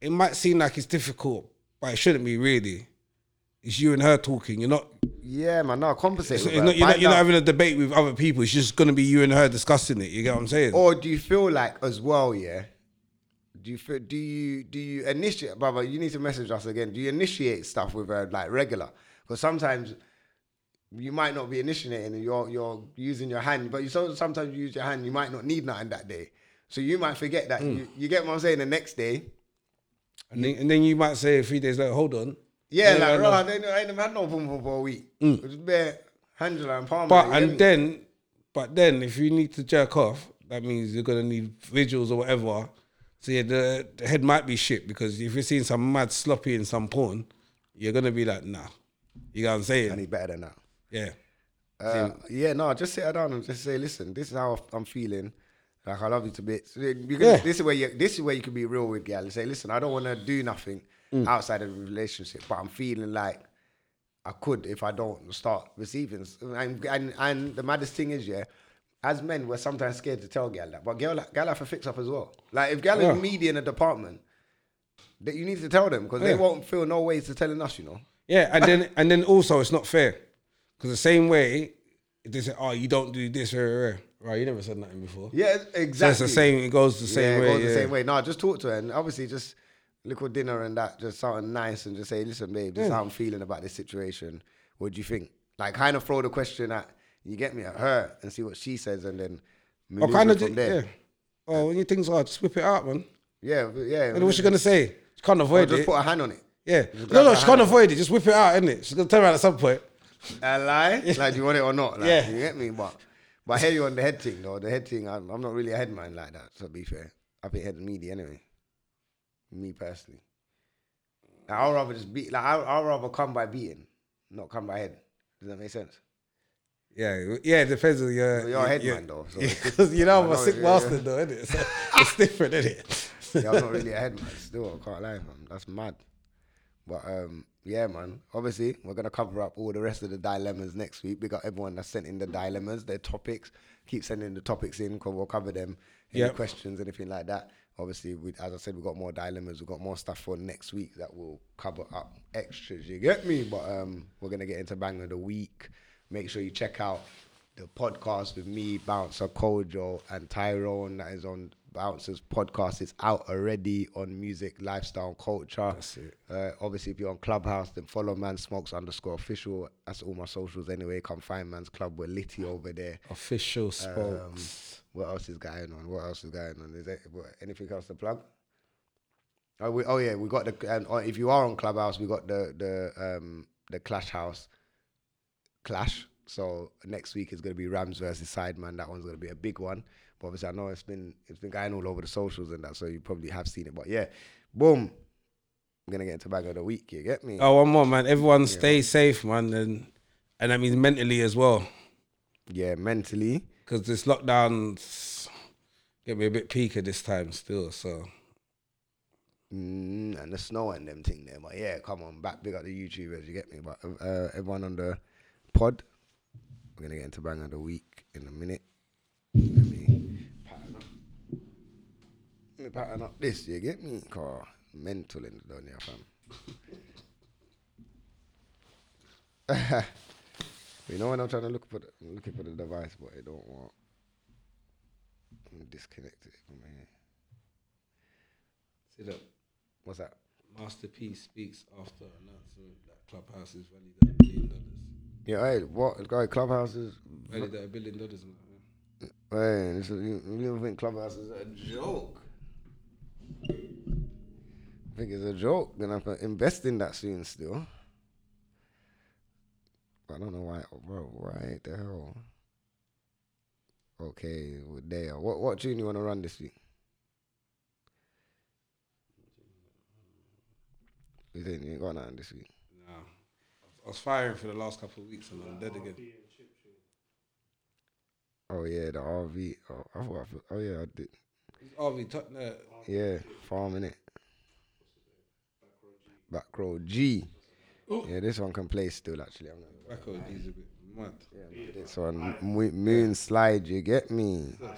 it might seem like it's difficult, but it shouldn't be really. It's you and her talking. You're not.
yeah, man, no, compensate.
It's
with
not-
her.
you're, not
Find
you're not
out-
having a debate with other people. It's just gonna be you and her discussing it. You get what I'm saying?
Or do you feel like as well, yeah? Do you feel, do you do you initiate, brother? You need to message us again. Do you initiate stuff with her like regular? Because sometimes you might not be initiating, and you're you're using your hand, but you so- sometimes you use your hand. You might not need nothing that day, so you might forget that. You, you get what I'm saying? The next day,
and, then, and then you might say three days later, hold on.
yeah,
No,
like
no, no.
bro, I ain't, I ain't had no boom boom for a week. It was bare Angela and Palmer.
But
you
and
get me?
then, but then if you need to jerk off, that means you're gonna need visuals or whatever. So yeah, the, the head might be shit because if you're seeing some mad sloppy in some porn, you're gonna be like, nah. You get what I'm
and he
saying?
better than that.
Yeah.
Uh, yeah, no, just sit her down and just say, listen, this is how I'm feeling. Like I love you to bits. Because
Yeah.
this is where you this is where you can be real with gal and say, listen, I don't want to do nothing
Mm.
outside of the relationship, but I'm feeling like I could if I don't start receiving. s- And and, and the maddest thing is, yeah, as men, we're sometimes scared to tell gal that, but gal gal have to fix up as well. Like if gal
Yeah.
is media in a department, that you need to tell them because
Yeah.
they won't feel no ways to telling us, you know.
Yeah, and then and then also it's not fair because the same way they say, "Oh, you don't do this," rah, rah, rah." right? You never said nothing before.
Yeah, exactly.
so it's the same. It goes the
yeah,
same
it
way.
goes
yeah.
the same way. No, just talk to her and obviously just little dinner and that, just something nice and just say, listen, babe, this is how I'm feeling about this situation. What do you think? Like kind of throw the question at you get me at her and see what she says and then move
Or kind of
from
ju-
there.
Oh, yeah. Oh, when your things are, just whip it out, man.
Yeah, but yeah. Oh,
And what's she gonna say? She can't avoid
just
it.
put a hand on it.
Yeah. No,
grab
no,
her
she can't
hand.
avoid it. Just whip it out, isn't it? She's gonna turn around at some point.
A lie? Like, do you want it or not? Like,
Yeah.
You get me? But, but I hear you on the head thing, though. The head thing, I'm, I'm not really a head man like that, so be fair. I think head meaty anyway. Me personally. Like, I'd rather just beat, like, I- I'd, rather come by beating, not come by head. Does that make sense?
Yeah, yeah, it depends on your.
But you're a head
your-
man, though. So
Yeah,
it's
'cause you know I'm
I
a
know,
sick
yeah,
bastard,
yeah.
though, isn't it? So it's different, isn't it?
yeah, I'm not really a head man still. I can't lie, man. That's mad. But um, yeah, man. Obviously, we're gonna cover up all the rest of the dilemmas next week. We got everyone that sent in the dilemmas, their topics. Keep sending the topics in, cause we'll cover them. Any
Yep.
questions, anything like that. Obviously, we, as I said, we got more dilemmas. We got more stuff for next week that will cover up extras. You get me? But um, we're gonna get into bang of the week. Make sure you check out the podcast with me, Bouncer Kojo, and Tyrone. That is on Bouncers Podcast. It's out already on music, lifestyle, culture. Uh, obviously, if you're on Clubhouse, then follow Man Smokes underscore official. That's all my socials anyway. Come find Man's Club. We're litty over there.
Official
Um,
spokes.
what else is going on? What else is going on? Is there what, anything else to plug? Oh, we, oh yeah, we got the. And uh, if you are on Clubhouse, we got the the um the Clash House clash. So next week is going to be Rams versus Sideman. That one's going to be a big one. But obviously, I know it's been it's been going all over the socials and that, so you probably have seen it. But yeah, boom. I'm gonna get into bag of the week. You get me?
Oh, one more, man. Everyone stay safe, man. And, and that means mentally as well.
Yeah, mentally.
Because this lockdown's get me a bit peaker this time still. So,
Mm, and the snow and them thing there. But yeah, come on, back big up the YouTubers, you get me? But uh, everyone on the pod, we're gonna get into bang of the week in a minute. Let me pattern up. Let me pattern up this, you get me? Car mental in the donia fam. you know when I'm trying to look for the, I'm looking for the device, but it don't work. Let me disconnect it from here.
see that
What's that?
masterpiece speaks after announcement that Clubhouse is valued at a billion dollars.
Yeah, hey, what guy? Clubhouse is.
Valued at a billion dollars, man.
Man, this is, you, you don't think Clubhouse is a joke? I think it's a joke. Gonna have to invest in that soon still. I don't know why, bro. Why the hell? Okay, well, there. What what tune you wanna run this week? You think you ain't got nothing this week?
Nah. I was firing for the last couple of weeks and I'm dead again.
Oh yeah, the RV. Oh, I thought. I put- oh yeah, I did.
RV Tottenham. uh,
Yeah, farming it. Back row G. Yeah, this one can play still actually. I'm not,
Back on these a bit mad.
this one, Mo- Moon Slide, you get me?
Yeah.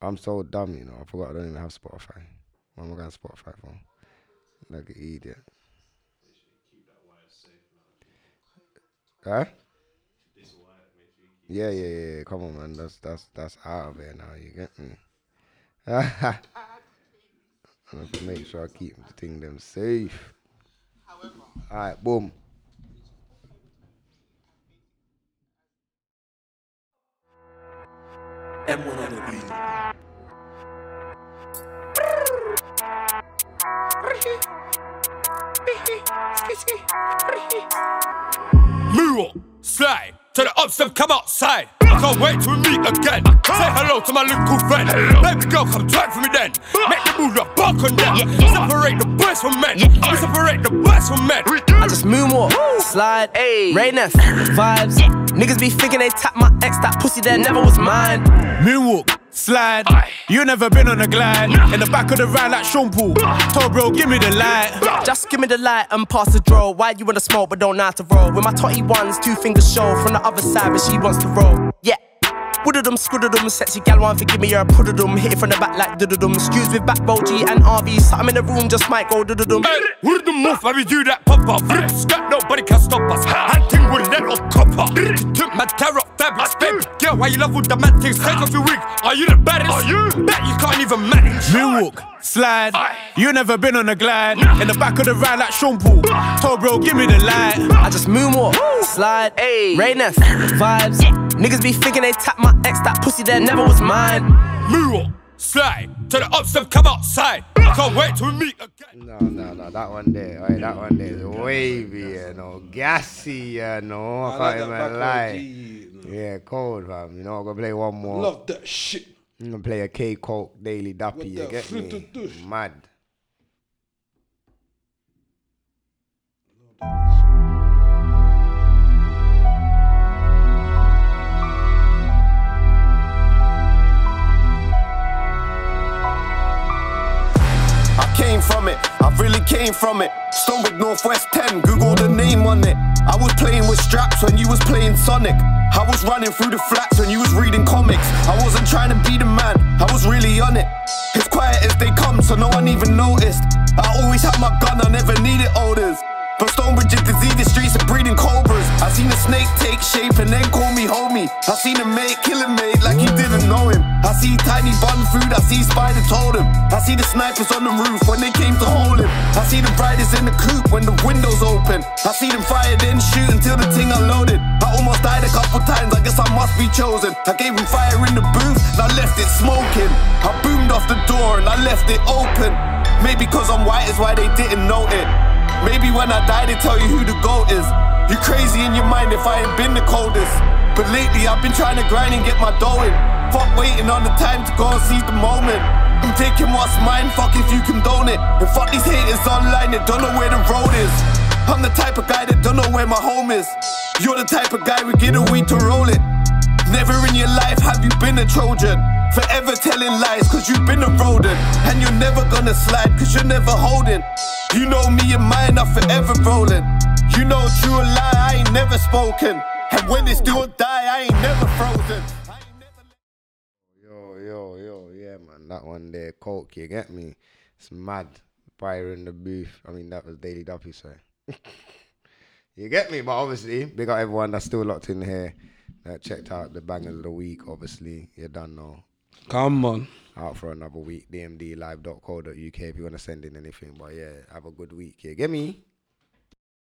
I'm so dumb, you know. I forgot I don't even have Spotify. What am I going to Spotify for? Like an idiot. Huh? Yeah, yeah, yeah, yeah. Come on, man. That's that's that's out of here now. You get me? I'm gonna make sure I keep the thing them safe. All right, boom.
M1 on the beat.
Move up, slide to the upstep, come outside. I can't wait till we meet again. Say hello to my little friend. Baby girl, come twerk for me then. Make the move up, bark on them. Separate the boys from men. We separate the boys from men.
I just moonwalk, slide, Rayness, vibes. Niggas be thinking they tap my ex, that pussy that never was mine.
Moonwalk, slide. You never been on a glide. In the back of the ride like Sean Paul. Told bro, give me the light.
Just give me the light and pass the draw. Why you wanna smoke but don't know how to roll? With my totty ones, two fingers show from the other side, but she wants to roll. Yeah. Wooded them, squiddered them, sexy gal one forgive me, you're a pudded them. Hit it from the back like didded them. Stews with back bow G and RV, something in the room, just might go didded them.
Hey, we're the move when we do that pop off. Rip scat, nobody can stop us. Hunting with little copper. Took my tarot fabrics, baby. Girl, why you love with the mad things? Take off your wig. Are you the baddest? Are you? That you can't even manage.
Milwaukee, slide.
Aye.
You never been on a glide. In the back of the ride like Sean Paul. Told bro, give me the light.
I just moonwalk, slide, ayy, Rayness, vibes. Niggas be thinking they tap my ex, that pussy that never was mine.
Move on, slide. To the upstep, come outside. I can't wait till we meet again.
No, no, no, that one there, alright, that one there is wavy, you know, gassy, you know, I
like
can't
that back
even
row
lie.
G,
Yeah, cold, fam, you know, I'm gonna play one more.
Love that shit.
I'm gonna play a K Coke Daily Dappy, you
the
get me?
fruitadouche?
Mad.
I came from it, I really came from it. Stonewick Northwest 10, Google the name on it. I was playing with straps when you was playing Sonic. I was running through the flats when you was reading comics. I wasn't trying to be the man, I was really on it. It's quiet as they come, so no one even noticed. I always had my gun, I never needed orders. But Stonebridge is diseased, the streets are breeding cobras. I seen a snake take shape and then call me homie. I seen a mate kill a mate like he didn't know him. I see tiny bun food, I see spider totem. I see the snipers on the roof when they came to hold him. I see the riders in the coop when the windows open. I see them fire then shoot until the thing unloaded. I almost died a couple times, I guess I must be chosen. I gave him fire in the booth and I left it smoking. I boomed off the door and I left it open. Maybe cause I'm white is why they didn't know it. Maybe when I die, they tell you who the GOAT is. You crazy in your mind if I ain't been the coldest. But lately, I've been trying to grind and get my dough in. Fuck waiting on the time to go and seize the moment. I'm taking what's mine, fuck if you condone it. And fuck these haters online that don't know where the road is. I'm the type of guy that don't know where my home is. You're the type of guy we get a week to roll it. Never in your life have you been a Trojan. Forever telling lies, cause you've been a rodent. And you're never gonna slide, cause you're never holding. You know me and mine are forever rolling. You know true or lie, I ain't never spoken. And when it's do or die, I ain't never frozen. I ain't never let-
Yo, yo, yo, yeah, man, that one there, Coke, you get me? It's mad. Fire in the booth. I mean, that was Daily Dappy, so. you get me? But obviously, big up everyone that's still locked in here. That checked out the bangers of the week, obviously. You're done now.
Come on.
out for another week. DMDlive.co.uk if you want to send in anything. But yeah, have a good week. Yeah, get me.